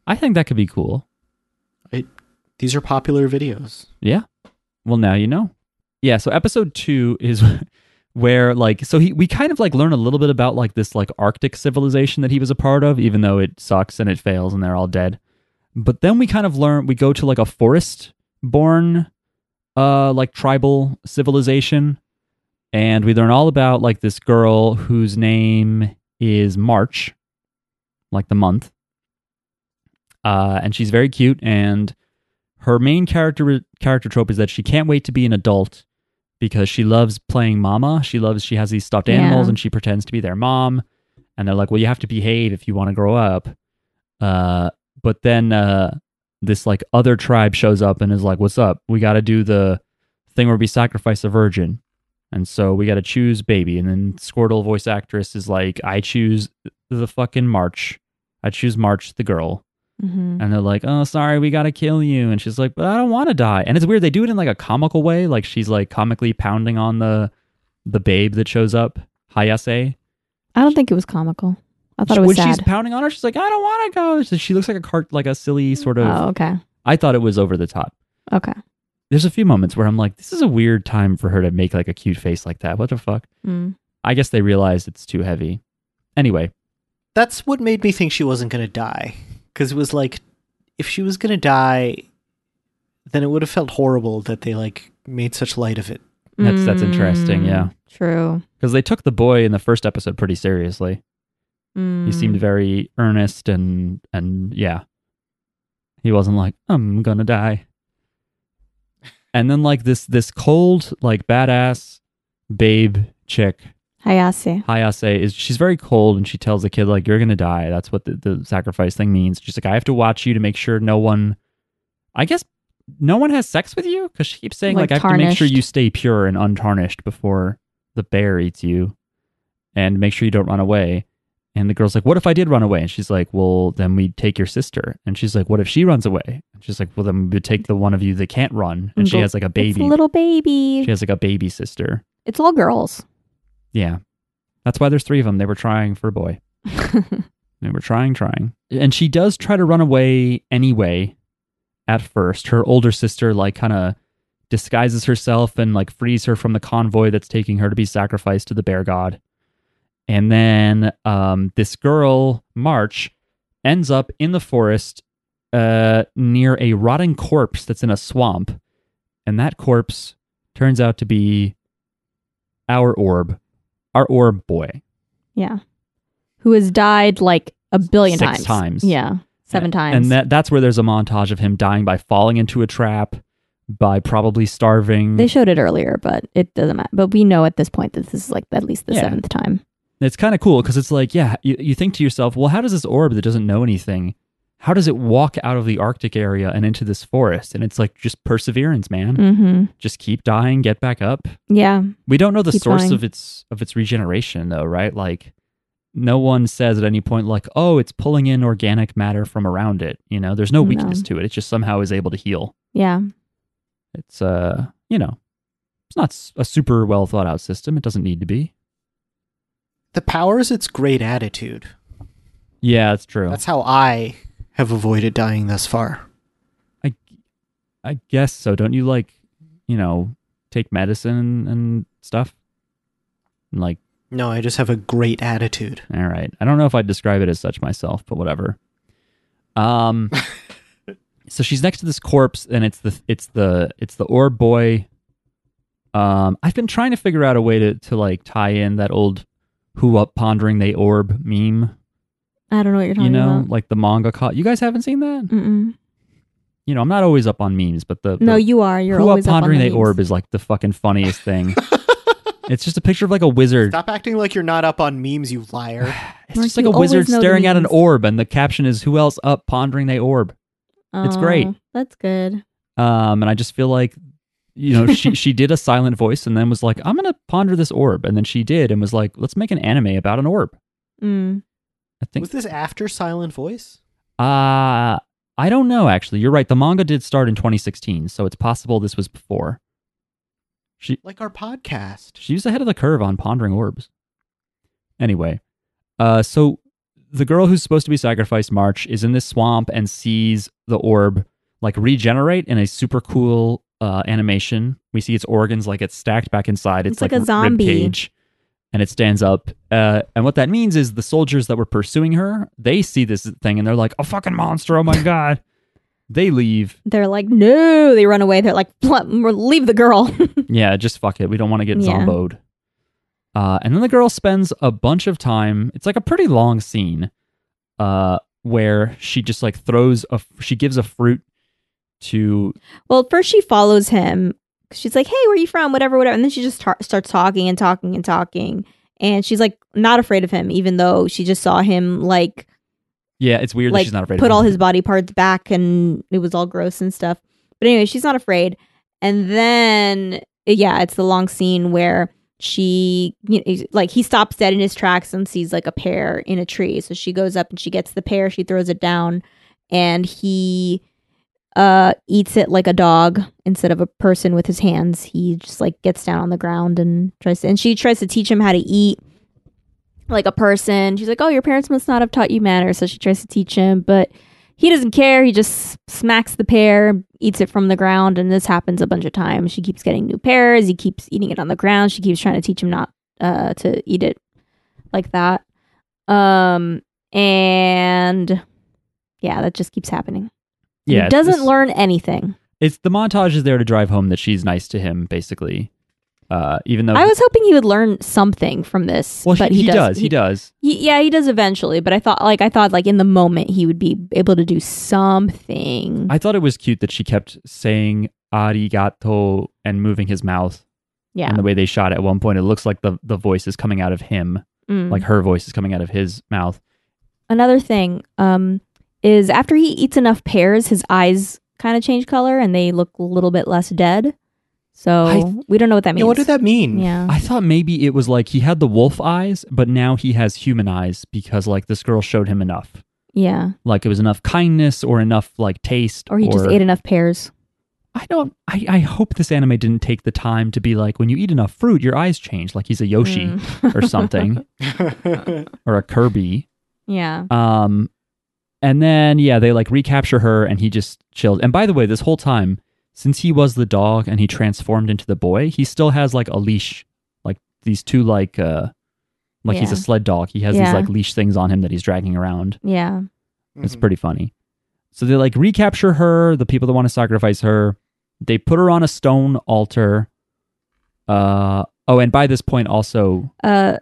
I think that could be cool.
These are popular videos.
Yeah. Well, now you know. Yeah. So episode two is <laughs> where like so he we kind of like learn a little bit about like this like Arctic civilization that he was a part of, even though it sucks and it fails and they're all dead. But then we kind of learn we go to like a forest born uh like tribal civilization and we learn all about like this girl whose name is March, like the month. Uh, and she's very cute and her main character character trope is that she can't wait to be an adult because she loves playing mama. She loves she has these stuffed animals
Yeah.
and she pretends to be their mom. And they're like, "Well, you have to behave if you want to grow up." Uh, but then uh, this like other tribe shows up and is like, "What's up? We got to do the thing where we sacrifice a virgin." And so we got to choose baby. And then Squirtle voice actress is like, "I choose the fucking March. I choose March, the girl."
Mhm.
and they're like, "Oh, sorry, we gotta kill you," and she's like, "But I don't want to die." And it's weird; they do it in like a comical way, like she's like comically pounding on the the babe that shows up, Hayase.
I don't think it was comical. I thought it was
when
sad.
she's pounding on her, she's like, "I don't want to go." So she looks like a cart, like a silly sort of.
Oh, okay.
I thought it was over the top.
Okay.
There's a few moments where I'm like, "This is a weird time for her to make like a cute face like that." What the fuck?
Mm.
I guess they realized it's too heavy. Anyway,
That's what made me think she wasn't gonna die, because it was like, if she was gonna die, then it would have felt horrible that they like made such light of it.
That's- that's interesting,
Mm.
yeah.
True.
because they took the boy in the first episode pretty seriously.
Mm.
He seemed very earnest and and yeah. He wasn't like, I'm gonna die. And then like this this cold, like badass babe chick,
Ah, Hayase.
Hayase is she's very cold and she tells the kid, like, you're gonna die. That's what the, the sacrifice thing means. She's like, I have to watch you to make sure no one I guess no one has sex with you? Because she keeps saying, like,
Like,
I have to make sure
tarnished.
you stay pure and untarnished before the bear eats you and make sure you don't run away. And the girl's like, What if I did run away? And she's like, Well, then we'd take your sister. And she's like, What if she runs away? And she's like, Well, then we'd take the one of you that can't run. And she
Well,
has like a
Mm, It's
baby.
a little baby.
she has like a baby sister.
It's all girls.
Yeah. That's why there's three of them. They were trying for a boy. They were trying, trying. And she does try to run away anyway at first. Her older sister, like, kind of disguises herself and, like, frees her from the convoy that's taking her to be sacrificed to the bear god. And then um, this girl, March, ends up in the forest uh, near a rotting corpse that's in a swamp. And that corpse turns out to be our orb, our orb boy.
yeah. Who has died like a billion
Six
times.
times.
Yeah. Seven
A-
times.
And that that's where there's a montage of him dying by falling into a trap, by probably starving.
They showed it earlier, but it doesn't matter. But we know at this point that this is like at least the
Yeah.
seventh time.
it's kind of cool because it's like, yeah, you, you think to yourself, well, how does this orb that doesn't know anything, how does it walk out of the Arctic area and into this forest? And it's like just perseverance, man.
Mm-hmm.
Just keep dying, get back up.
Yeah.
We don't know the
Keep
source
going.
of its of its regeneration though, right? Like no one says at any point like, "Oh, it's pulling in organic matter from around it." You know, there's no
No.
weakness to it. It just somehow is able to heal.
Yeah.
It's uh, you know, it's not s- a super well thought out system. It doesn't need to be.
The power is its great attitude.
Yeah, that's true.
That's how I have avoided dying thus far.
I guess so. Don't you like, you know, take medicine and stuff? And like,
No, I just have a great attitude.
all right. I don't know if I'd describe it as such myself, but whatever. <laughs> Um, so she's next to this corpse, and it's the it's the it's the orb boy. Um, I've been trying to figure out a way to to like tie in that old who up pondering they orb meme.
I don't know what you're
You
talking
know,
about.
like the manga. Co- you guys haven't seen that?
Mm-mm.
You know, I'm not always up on memes, but the,
No,
the
you are. You're
who up
always up on
pondering
the
they
memes.
orb is like the fucking funniest
<laughs>
thing. it's just a picture of like a wizard.
Stop acting like you're not up on memes, you liar.
It's
Mark,
just like
you
a wizard
always know the
staring at an
memes.
orb, and the caption is "Who else up pondering they orb?" It's great.
Oh, That's good.
Um, and I just feel like, you know, she she did a silent voice and then was like, "I'm gonna ponder this orb," and then she did and was like, "Let's make an anime about an orb."
Mm.
I think.
Was this after Silent Voice?
Uh I don't know. Actually, you're right. The manga did start in 2016, so it's possible this was before. She
Like our podcast.
she was ahead of the curve on pondering orbs. Anyway, uh, so the girl who's supposed to be sacrificed, March, is in this swamp and sees the orb like regenerate in a super cool uh, animation. We see its organs like it's stacked back inside. It's,
It's like a zombie.
cage, and it stands up. Uh, and what that means is the soldiers that were pursuing her, they see this thing and they're like, "A fucking monster!
<laughs>
Oh my god!" They leave.
They're like, no. They run away. They're like, "Pl- leave the girl. <laughs>
Yeah, just fuck it. We don't want to get
Yeah.
zomboed. Uh, and then the girl spends a bunch of time. It's like a pretty long scene, uh, where she just like throws a. She gives a fruit to.
Well, first she follows him. She's like, "Hey, where you from?" Whatever, whatever. And then she just tar- starts talking and talking and talking. And she's like, not afraid of him, even though she just saw him like
Yeah, it's weird. that
like
she's not afraid.
put
of
all
him.
his body parts back, and it was all gross and stuff. But anyway, she's not afraid. And then yeah, it's the long scene where she you know, like he stops dead in his tracks and sees like a pear in a tree. So she goes up and she gets the pear. She throws it down, and he uh eats it like a dog instead of a person with his hands he just like gets down on the ground and tries to and she tries to teach him how to eat like a person she's like oh your parents must not have taught you manners so she tries to teach him but he doesn't care he just smacks the pear eats it from the ground and this happens a bunch of times she keeps getting new pears he keeps eating it on the ground she keeps trying to teach him not uh to eat it like that um and yeah that just keeps happening
Yeah,
he
it's
doesn't
this-
learn anything.
It's the montage is there to drive home that she's nice to him, basically. Uh, even though
I was hoping he would learn something from this,
well,
but
he,
he,
he
does.
does. He does.
he- yeah, he does eventually. But I thought, like, I thought, like, in the moment, he would be able to do something.
I thought it was cute that she kept saying "arigato" and moving his mouth.
yeah,
And the way they shot it at one point, it looks like the the voice is coming out of him.
Mm. Mm-hmm.
like her voice is coming out of his mouth.
another thing um, is after he eats enough pears, his eyes kind of change color and they look a little bit less dead. So
I-
we don't know what that means.
Yeah, what did that mean?
Yeah.
I thought maybe it was like he had the wolf eyes, but now he has human eyes because like this girl showed him enough.
yeah,
Like it was enough kindness or enough like taste.
or he just ate enough pears.
I don't I, I hope this anime didn't take the time to be like when you eat enough fruit, your eyes change, like he's a Yoshi
Mm.
<laughs> or something.
<laughs>
Or a Kirby.
<laughs> yeah,
Um and then yeah, they like recapture her and he just chilled. And by the way, this whole time, since he was the dog and he transformed into the boy, he still has like a leash. Like these two like uh like he's a
Yeah.
sled dog. He has
Yeah.
these like leash things on him that he's dragging around.
yeah.
Mm-hmm.
It's pretty funny. So they like recapture her, the people that want to sacrifice her. They put her on a stone altar. Uh oh, and by this point also
Uh,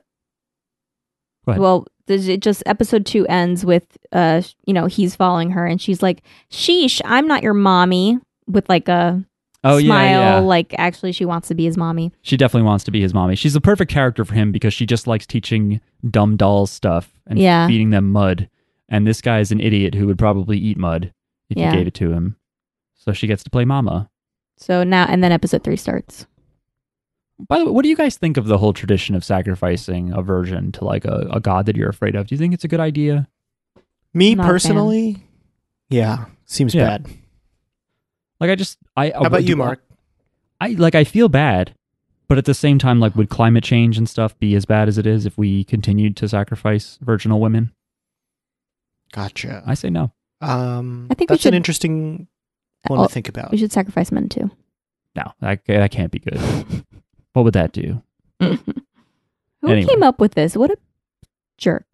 Go ahead.
well, there's- it just episode two ends with uh, sh- you know, he's following her, and she's like, "Sheesh, I'm not your mommy." With like a
Oh
smile,
yeah, yeah.
like actually she wants to be his mommy.
She definitely wants to be his mommy. She's the perfect character for him because she just likes teaching dumb dolls stuff and
Yeah.
feeding them mud. And this guy is an idiot who would probably eat mud if
Yeah.
you gave it to him. So she gets to play mama.
So now, and then episode three starts.
By the way, what do you guys think of the whole tradition of sacrificing a virgin to like a, a god that you're afraid of? Do you think it's a good idea?
<laughs> Me
Not a fan.
personally, yeah, seems
Yeah.
bad.
Like I just I
How about you, Mark?
I like I feel bad, but at the same time, like would climate change and stuff be as bad as it is if we continued to sacrifice virginal women?
Gotcha.
I say no.
Um,
I think we
that's
should-
an interesting one
Oh,
to think about.
We should sacrifice men too.
No, that, that can't be
<laughs>
good. what would that do?
Who
Anyway.
came up with this? What a jerk!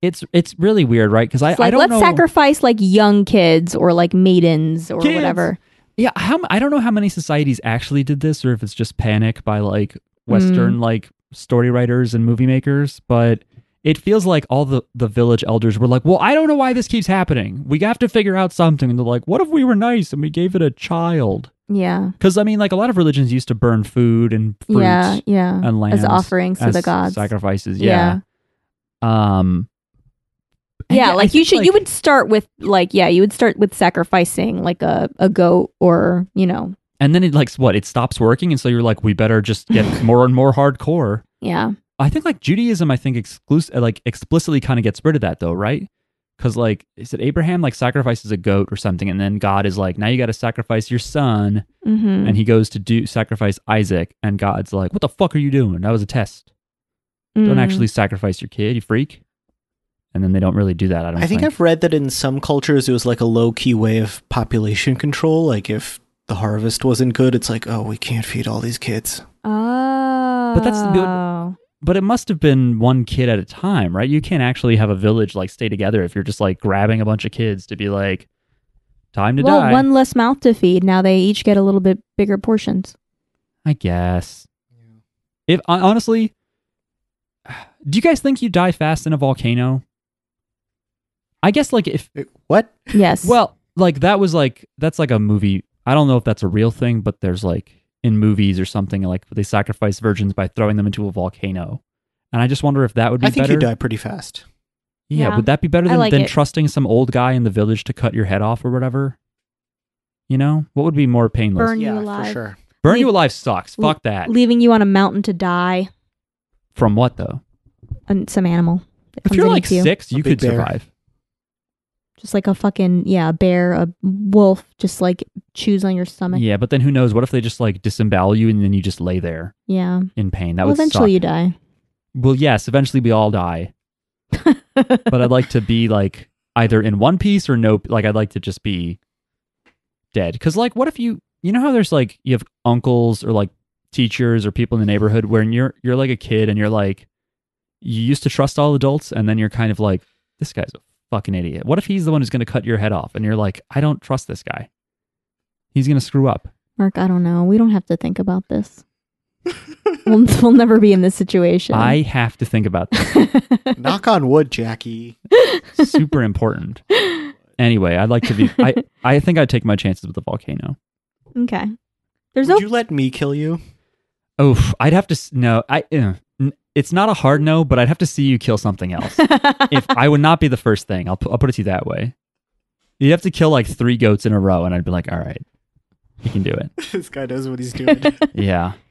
It's it's really weird, right? Because I,
It's like,
I don't
let's
know.
sacrifice like young kids or like maidens or
Kids.
whatever.
yeah, how m- I don't know how many societies actually did this,
Mm.
or if it's just panic by like Western like story writers and movie makers. But it feels like all the, the village elders were like, well, I don't know why this keeps happening. We have to figure out something. And they're like, what if we were nice and we gave it a child?
Yeah.
Because, I mean, like a lot of religions used to burn food and fruit
Yeah. Yeah.
and land
As offerings to the gods.
Sacrifices, yeah. Um, and
yeah,
I
like you
think,
should you would start with like yeah, you would start with sacrificing like a, a goat or, you know.
And then it like, what? It stops working. And so you're like, we better just
<laughs>
get more and more hardcore.
Yeah.
I think like Judaism, I think exclus- uh, like explicitly kind of gets rid of that though, right? Because like, is it Abraham like sacrifices a goat or something, and then God is like, now you got to sacrifice your son,
Mhm.
and he goes to do sacrifice Isaac, and God's like, what the fuck are you doing? That was a test. Don't
Mm.
actually sacrifice your kid, you freak. And then they don't really do that. I don't.
I think I've read that in some cultures it was like a low key way of population control. Like if the harvest wasn't good, it's like, oh, we can't feed all these kids.
Oh.
But that's the good- But it must have been one kid at a time, right? You can't actually have a village like stay together if you're just like grabbing a bunch of kids to be like, time to
well,
die.
one less mouth to feed. Now they each get a little bit bigger portions.
I guess. If hon- honestly, do you guys think you die fast in a volcano? I guess like if
It- what?
Yes. <laughs>
well, like that was like that's like a movie. I don't know if that's a real thing, but there's like in movies or something like they sacrifice virgins by throwing them into a volcano. And I just wonder if that would be
I think
better.
you die pretty fast.
Yeah,
Yeah.
would that be better
I
than,
like
than
it.
trusting some old guy in the village to cut your head off or whatever? You know? What would be more painless?
Burn you
yeah, for <laughs>
alive.
sure.
Burn
Leave-
you alive sucks.
Le-
Fuck that.
Leaving you on a mountain to die
From what though?
and some animal. that
If
comes
you're
and
like
eats you.
six,
A
you
big
could
bear.
survive.
just like a fucking yeah, a bear, a wolf, just like chews on your stomach.
Yeah, but then who knows? What if they just like disembowel you and then you just lay there
Yeah.
in pain? That
well,
would
eventually you
suck.
die.
Well, yes, eventually we all die.
<laughs>
But I'd like to be like either in one piece or no. Like I'd like to just be dead. Because like, what if you? You know how there's like you have uncles or like teachers or people in the neighborhood where you're you're like a kid and you're like you used to trust all adults and then you're kind of like this guy's a fucking idiot. What if he's the one who's going to cut your head off and you're like I don't trust this guy. He's going to screw up.
Mark, I don't know. We don't have to think about this. we'll, we'll never be in this situation.
I have to think about this.
Knock on wood, Jackie.
Super important. Anyway, I'd like to be. I, I think I'd take my chances with the volcano.
<laughs> okay. There's
Would
no
you let me kill you?
Oh, I'd have to. s- No, I. eh, n- It's not a hard no, but I'd have to see you kill something else. if I would not be the first thing, I'll pu- I'll put it to you that way. You'd have to kill like three goats in a row, and I'd be like, all right, you can do it.
<laughs>
<laughs> this guy knows what he's doing.
Yeah.
<laughs>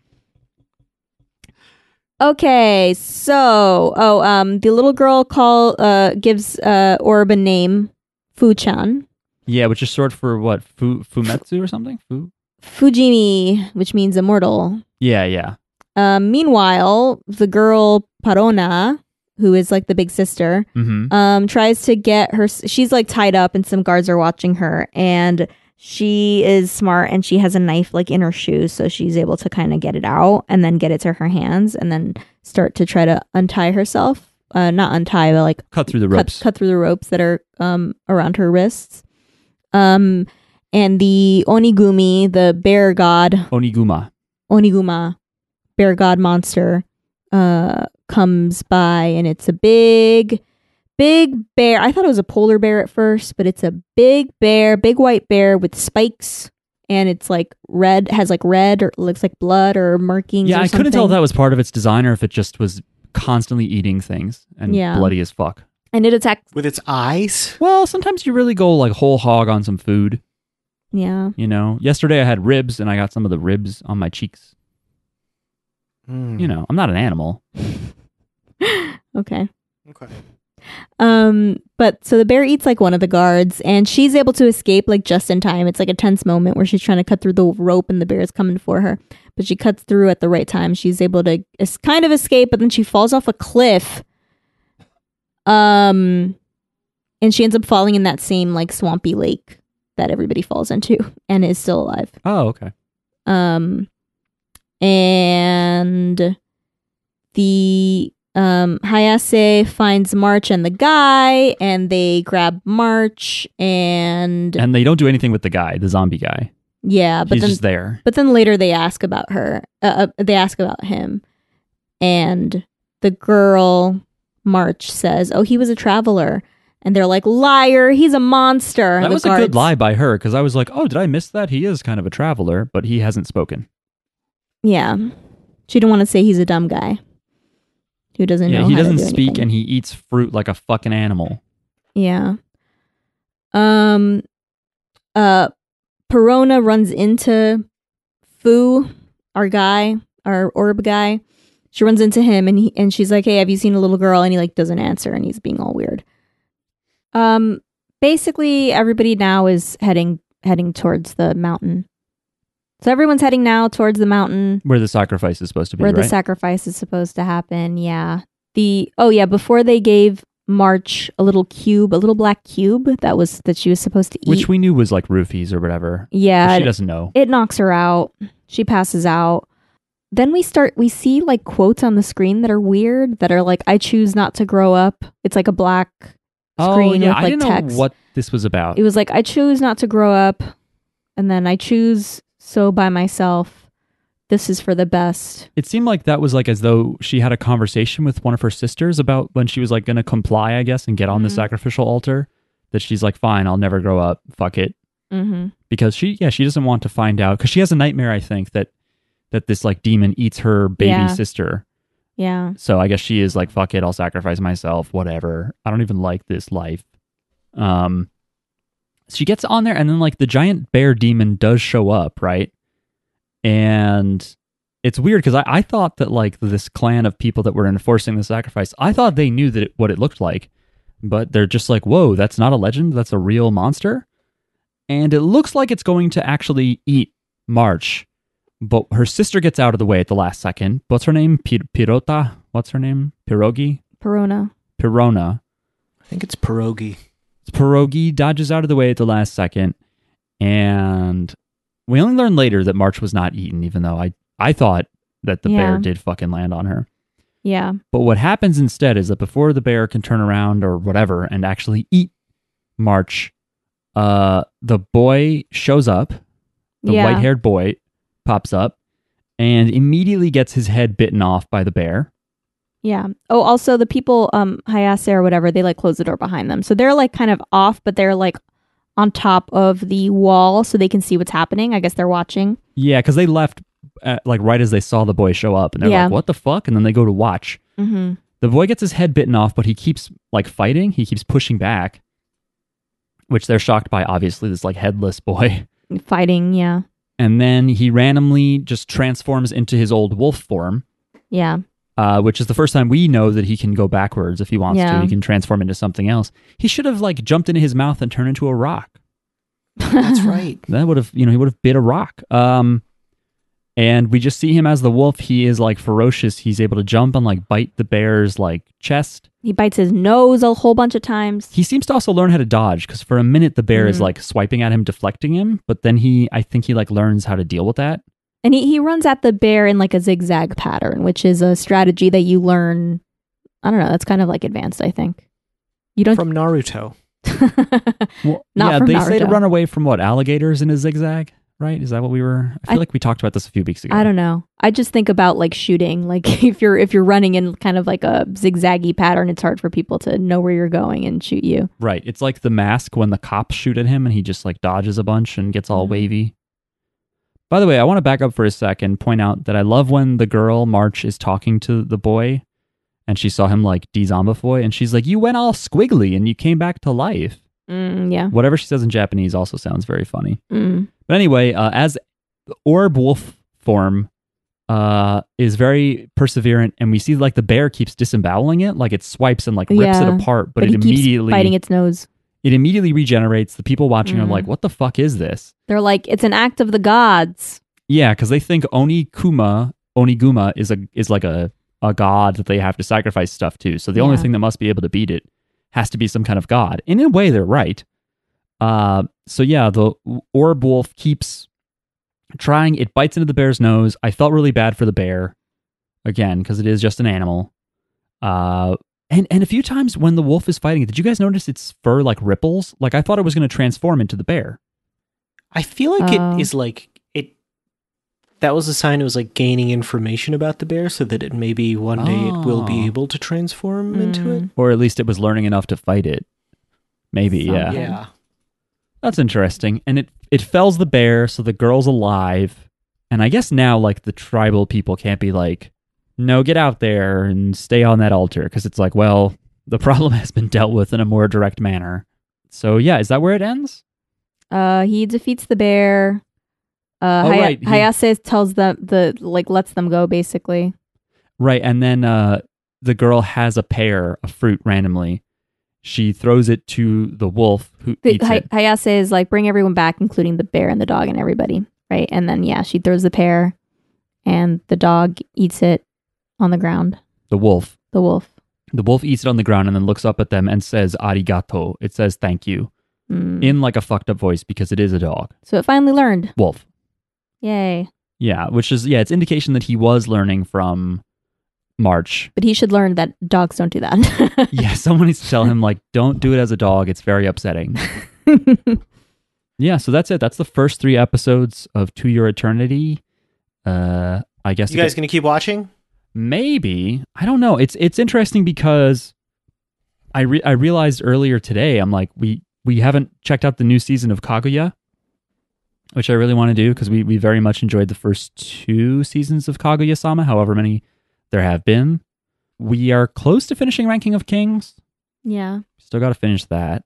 Okay, so oh, um, the little girl call uh gives uh Orb a name, Fuchan
Yeah, which is short for what? Fu, fumetsu or something? Fu?
Fujimi, which means immortal.
Yeah, yeah.
Um, meanwhile, the girl Parona, who is like the big sister,
hmm
um, tries to get her. She's like tied up, and some guards are watching her. And she is smart, and she has a knife like in her shoe, so she's able to kind of get it out and then get it to her hands, and then start to try to untie herself. Uh, not untie, but like
Cut through the
cut,
ropes.
cut through the ropes that are um, around her wrists. Um, and the Onigumi, the bear god,
Oniguma.
Oniguma, bear god monster, uh, comes by and it's a big, big bear. I thought it was a polar bear at first, but it's a big bear, big white bear with spikes. And it's like red, has like red or looks like blood or markings.
Yeah,
or
I couldn't tell if
something.
that was part of its design or if it just was constantly eating things and
Yeah.
bloody as fuck.
And it attacks.
With its eyes?
Well, sometimes you really go like whole hog on some food,
Yeah.
you know. Yesterday I had ribs and I got some of the ribs on my cheeks.
Mm,
You know, I'm not an animal.
Okay.
Okay.
Um, but so the bear eats like one of the guards, and she's able to escape like just in time. It's like a tense moment where she's trying to cut through the rope, and the bear is coming for her. But she cuts through at the right time. She's able to es- kind of escape, but then she falls off a cliff. Um, and she ends up falling in that same like swampy lake that everybody falls into, <laughs> and is still alive.
Oh, okay.
Um, and the um, Hayase finds March and the guy, and they grab March, and
And they don't do anything with the guy, the zombie guy.
yeah, Uh, but
He's
then
just there.
but then later they ask about her. Uh, uh, they ask about him, and the girl March says, "Oh, he was a traveler," and they're like, "Liar! He's a monster." And
That
the
was a good
guards-
lie by her because I was like, oh, did I miss that? He is kind of a traveler, but he hasn't spoken.
Yeah, she didn't want to say he's a dumb guy who doesn't
yeah,
know.
he
how to
doesn't
do
speak
anything.
and he eats fruit like a fucking animal.
Yeah. Um uh Perona runs into Fu, our guy, our orb guy. She runs into him and he, and she's like, "Hey, have you seen a little girl?" and he like doesn't answer and he's being all weird. Um basically everybody now is heading heading towards the mountain. So everyone's heading now towards the mountain
Where the sacrifice is supposed to be,
where
right?
the sacrifice is supposed to happen. Yeah. The oh yeah, before they gave March a little cube, a little black cube that was that she was supposed to eat.
Which we knew was like roofies or whatever. but
yeah,
she
it,
doesn't know.
it knocks her out. She passes out. Then we start we see like quotes on the screen that are weird that are like I choose not to grow up. It's like a black
oh,
screen
yeah.
with,
I
like,
didn't
text.
know what this was about.
it was like I choose not to grow up and then I choose so by myself. This is for the best.
It seemed like that was like as though she had a conversation with one of her sisters about when she was like going to comply, I guess, and get on the
Mhm.
sacrificial altar. That she's like, fine, I'll never grow up. Fuck it.
Mhm.
Because she, yeah, she doesn't want to find out because she has a nightmare, I think, that that this like demon eats her baby
Yeah.
sister.
Yeah.
So I guess she is like, fuck it, I'll sacrifice myself, whatever. I don't even like this life. Um, she gets on there, and then like the giant bear demon does show up, right? And it's weird because I, I thought that like this clan of people that were enforcing the sacrifice, I thought they knew that it, what it looked like, but they're just like, whoa, that's not a legend, that's a real monster. And it looks like it's going to actually eat March but her sister gets out of the way at the last second. What's her name? Pir- Pirota? What's her name? Pirogi?
Perona.
Pirona.
I think it's pierogi.
Pirogi dodges out of the way at the last second. And we only learn later that March was not eaten, even though I, I thought that the bear
Yeah.
did fucking land on her.
Yeah.
But what happens instead is that before the bear can turn around or whatever and actually eat March, uh, the boy shows up the
yeah.
white haired boy pops up and immediately gets his head bitten off by the bear.
Yeah. Oh, also the people, um, Hayase or whatever, they like close the door behind them. So they're like kind of off, but they're like on top of the wall so they can see what's happening. I guess they're watching.
Yeah, because they left uh like right as they saw the boy show up and they're
Yeah.
like, what the fuck? And then they go to watch.
Mm-hmm.
The boy gets his head bitten off, but he keeps like fighting. He keeps pushing back, which they're shocked by, obviously, this like headless boy. <laughs>
Fighting. Yeah.
And then he randomly just transforms into his old wolf form.
Yeah.
uh, which is the first time we know that he can go backwards if he wants to.
Yeah.
He can transform into something else. He should have like jumped into his mouth and turned into a rock.
That's right.
That would have, you know, he would have bit a rock. Um, and we just see him as the wolf. He is like ferocious. He's able to jump and like bite the bear's like chest.
he bites his nose a whole bunch of times.
He seems to also learn how to dodge because for a minute the bear is
Mhm.
like swiping at him, deflecting him. But then he, I think he like learns how to deal with that.
And he, he runs at the bear in like a zigzag pattern, which is a strategy that you learn. I don't know. That's kind of like advanced, I think. You don't.
From Naruto.
<laughs>
Well,
Not
yeah,
from
they say to
Naruto.
run away from what alligators in a zigzag, right? Is that what we were? I feel
I-
like we talked about this a few weeks ago.
I don't know. I just think about like shooting. <laughs> Like if you're if you're running in kind of like a zigzaggy pattern, it's hard for people to know where you're going and shoot you.
Right. It's like the mask when the cops shoot at him and he just like dodges a bunch and gets all
Mhm.
wavy. By the way, I want to back up for a second, point out that I love when the girl March is talking to the boy and she saw him like de zombifoy and she's like, You went all squiggly and you came back to life.
Mm, yeah.
Whatever she says in Japanese also sounds very funny.
Mm.
But anyway, uh, as the orb wolf form uh, is very perseverant and we see like the bear keeps disemboweling it, like it swipes and like rips
Yeah.
it apart, but,
But
it
he keeps
immediately
Biting its nose.
it immediately regenerates. The people watching are like, what the fuck is this?
They're like, it's an act of the gods.
Yeah, because they think Onikuma, Oniguma is a is like a, a god that they have to sacrifice stuff to. So the only
Yeah.
thing that must be able to beat it has to be some kind of god. And in a way, they're right. Uh, so yeah, the orb wolf keeps trying. It bites into the bear's nose. I felt really bad for the bear again because it is just an animal. Uh, and and a few times when the wolf is fighting it, did you guys notice its fur like ripples? Like I thought it was going to transform into the bear.
I feel like
Oh.
it is like it that was a sign it was like gaining information about the bear so that it maybe one day it will
Oh.
be able to transform into it.
Or at least it was learning enough to fight it. Maybe, yeah.
Something.
Yeah.
That's interesting. And it it fells the bear, so the girl's alive. And I guess now like the tribal people can't be like, no, get out there and stay on that altar because it's like, well, the <laughs> problem has been dealt with in a more direct manner. So yeah, is that where it ends?
Uh, he defeats the bear. Uh,
Oh,
Haya-
right, he-
Hayase tells them the like lets them go basically.
Right, and then uh, the girl has a pear, a fruit, randomly. She throws it to the wolf who
The,
eats
Hay-
it.
Hayase is like bring everyone back, including the bear and the dog and everybody, right? And then yeah, she throws the pear, and the dog eats it on the ground.
The wolf.
The wolf.
The wolf eats it on the ground and then looks up at them and says "arigato." It says "thank you"
Mm.
in like a fucked up voice because it is a dog.
so it finally learned.
Wolf.
Yay!
Yeah, which is yeah, it's indication that he was learning from
<laughs>
March.
But he should learn that dogs don't do that. <laughs>
Yeah, someone needs to tell him like, don't do it as a dog. It's very
<laughs>
upsetting. Yeah, so that's it. That's the first three episodes of To Your Eternity. Uh, I guess
You
it
guys going to keep watching?
maybe i don't know it's it's interesting because i re- i realized earlier today i'm like we we haven't checked out the new season of kaguya which i really want to do because we we very much enjoyed the first two seasons of kaguya sama however many there have been we are close to finishing ranking of kings
yeah.
still got to finish that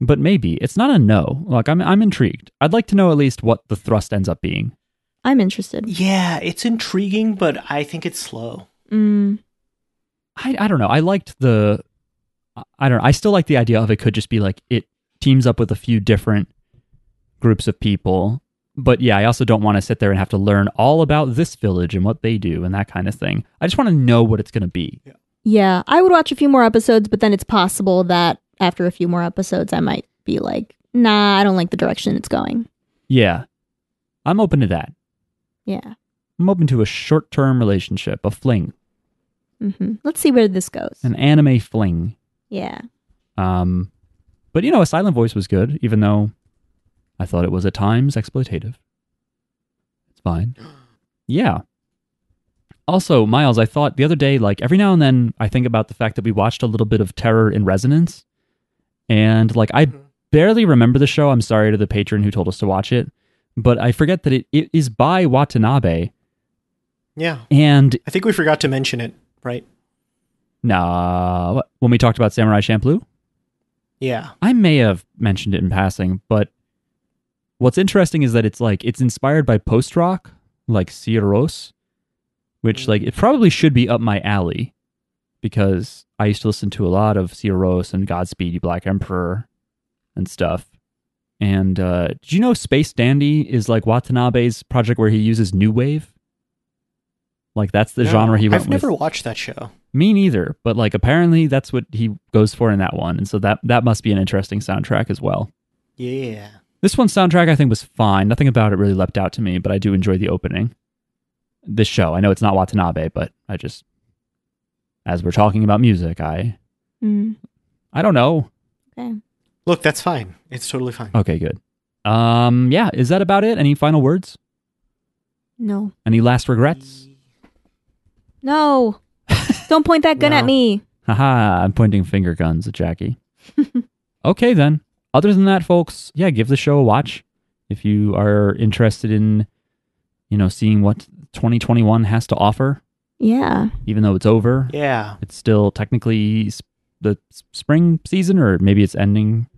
but maybe it's not a no like i'm i'm intrigued i'd like to know at least what the thrust ends up being
I'm interested.
Yeah, it's intriguing, but I think it's slow.
Mm.
I, I don't know. I liked the I- I don't know. I still like the idea of it could just be like it teams up with a few different groups of people. But yeah, I also don't want to sit there and have to learn all about this village and what they do and that kind of thing. I just want to know what it's going to be.
Yeah, I would watch a few more episodes, but then it's possible that after a few more episodes, I might be like, nah, I don't like the direction it's going.
Yeah. I'm open to that.
Yeah.
I'm open to a short term relationship, a fling,
hmm Let's see where this goes.
an anime fling.
yeah.
Um, but you know, a silent voice was good, even though I thought it was at times exploitative. It's fine. Yeah. Also, Miles, I thought the other day, like every now and then, I think about the fact that we watched a little bit of Terror in Resonance, and like I barely remember the show. I'm sorry to the patron who told us to watch it, but I forget that it, it is by Watanabe,
Yeah.
and
I think we forgot to mention it, right?
nah, what- when we talked about Samurai Champloo.
Yeah.
I may have mentioned it in passing, but what's interesting is that it's like it's inspired by post rock, like Cieros, which like it probably should be up my alley because I used to listen to a lot of Cieros and Godspeed You Black Emperor and stuff. And uh, did you know Space Dandy is like Watanabe's project where he uses new wave? Like that's the
No,
genre he went
I've
with.
never watched that show.
Me neither, but like apparently that's what he goes for in that one, and so that that must be an interesting soundtrack as well.
Yeah.
This one's soundtrack I think was fine. Nothing about it really leapt out to me, but I do enjoy the opening. This show, I know it's not Watanabe, but I just as we're talking about music, I
Mm.
I don't know.
Okay.
Look, that's fine. It's totally fine.
Okay, good. Um, yeah, is that about it? Any final words?
No.
Any last regrets?
No. don't point that gun at
No.
me.
Haha, I'm pointing finger guns at Jackie. okay, then. Other than that, folks, yeah, give the show a watch if you are interested in, you know, seeing what 2021 has to offer.
Yeah.
Even though it's over,
Yeah.
it's still technically s- the s- spring season, or maybe it's ending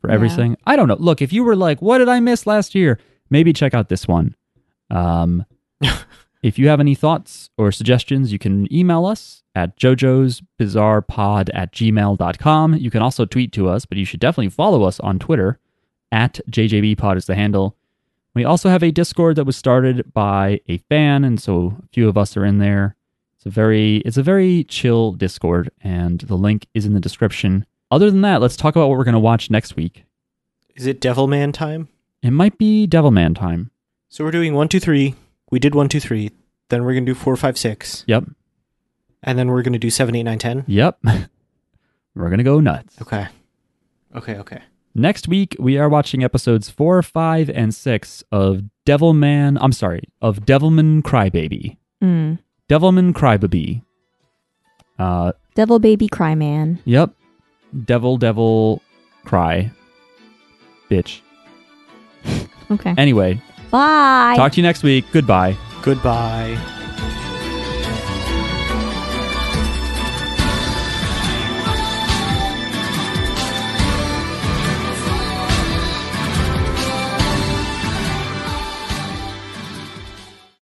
for
Yeah.
everything. I don't know. Look, if you were like, "What did I miss last year?" Maybe check out this one. Um, if you have any thoughts or suggestions, you can email us at jojo's bizarre pod at gmail.com. You can also tweet to us, but you should definitely follow us on Twitter at jjbpod is the handle. We also have a Discord that was started by a fan, and so a few of us are in there. It's a very it's a very chill Discord, and the link is in the description. Other than that, let's talk about what we're gonna watch next week.
Is it Devilman time?
It might be Devilman time.
So we're doing one, two, three. We did one, two, three. Then we're gonna do four, five, six,
Yep.
and then we're
<laughs>
gonna do seven, eight, nine, ten.
Yep. we're gonna go nuts.
Okay. Okay. Okay.
Next week, we are watching episodes four, five, and six of Devilman. I'm sorry, of Devilman Crybaby.
Mm.
Devilman Crybaby. Uh,
Devil Baby Cry Man.
yep. Devil, devil, cry. Bitch.
Okay.
Anyway,
Bye.
talk to you next week. Goodbye.
Goodbye.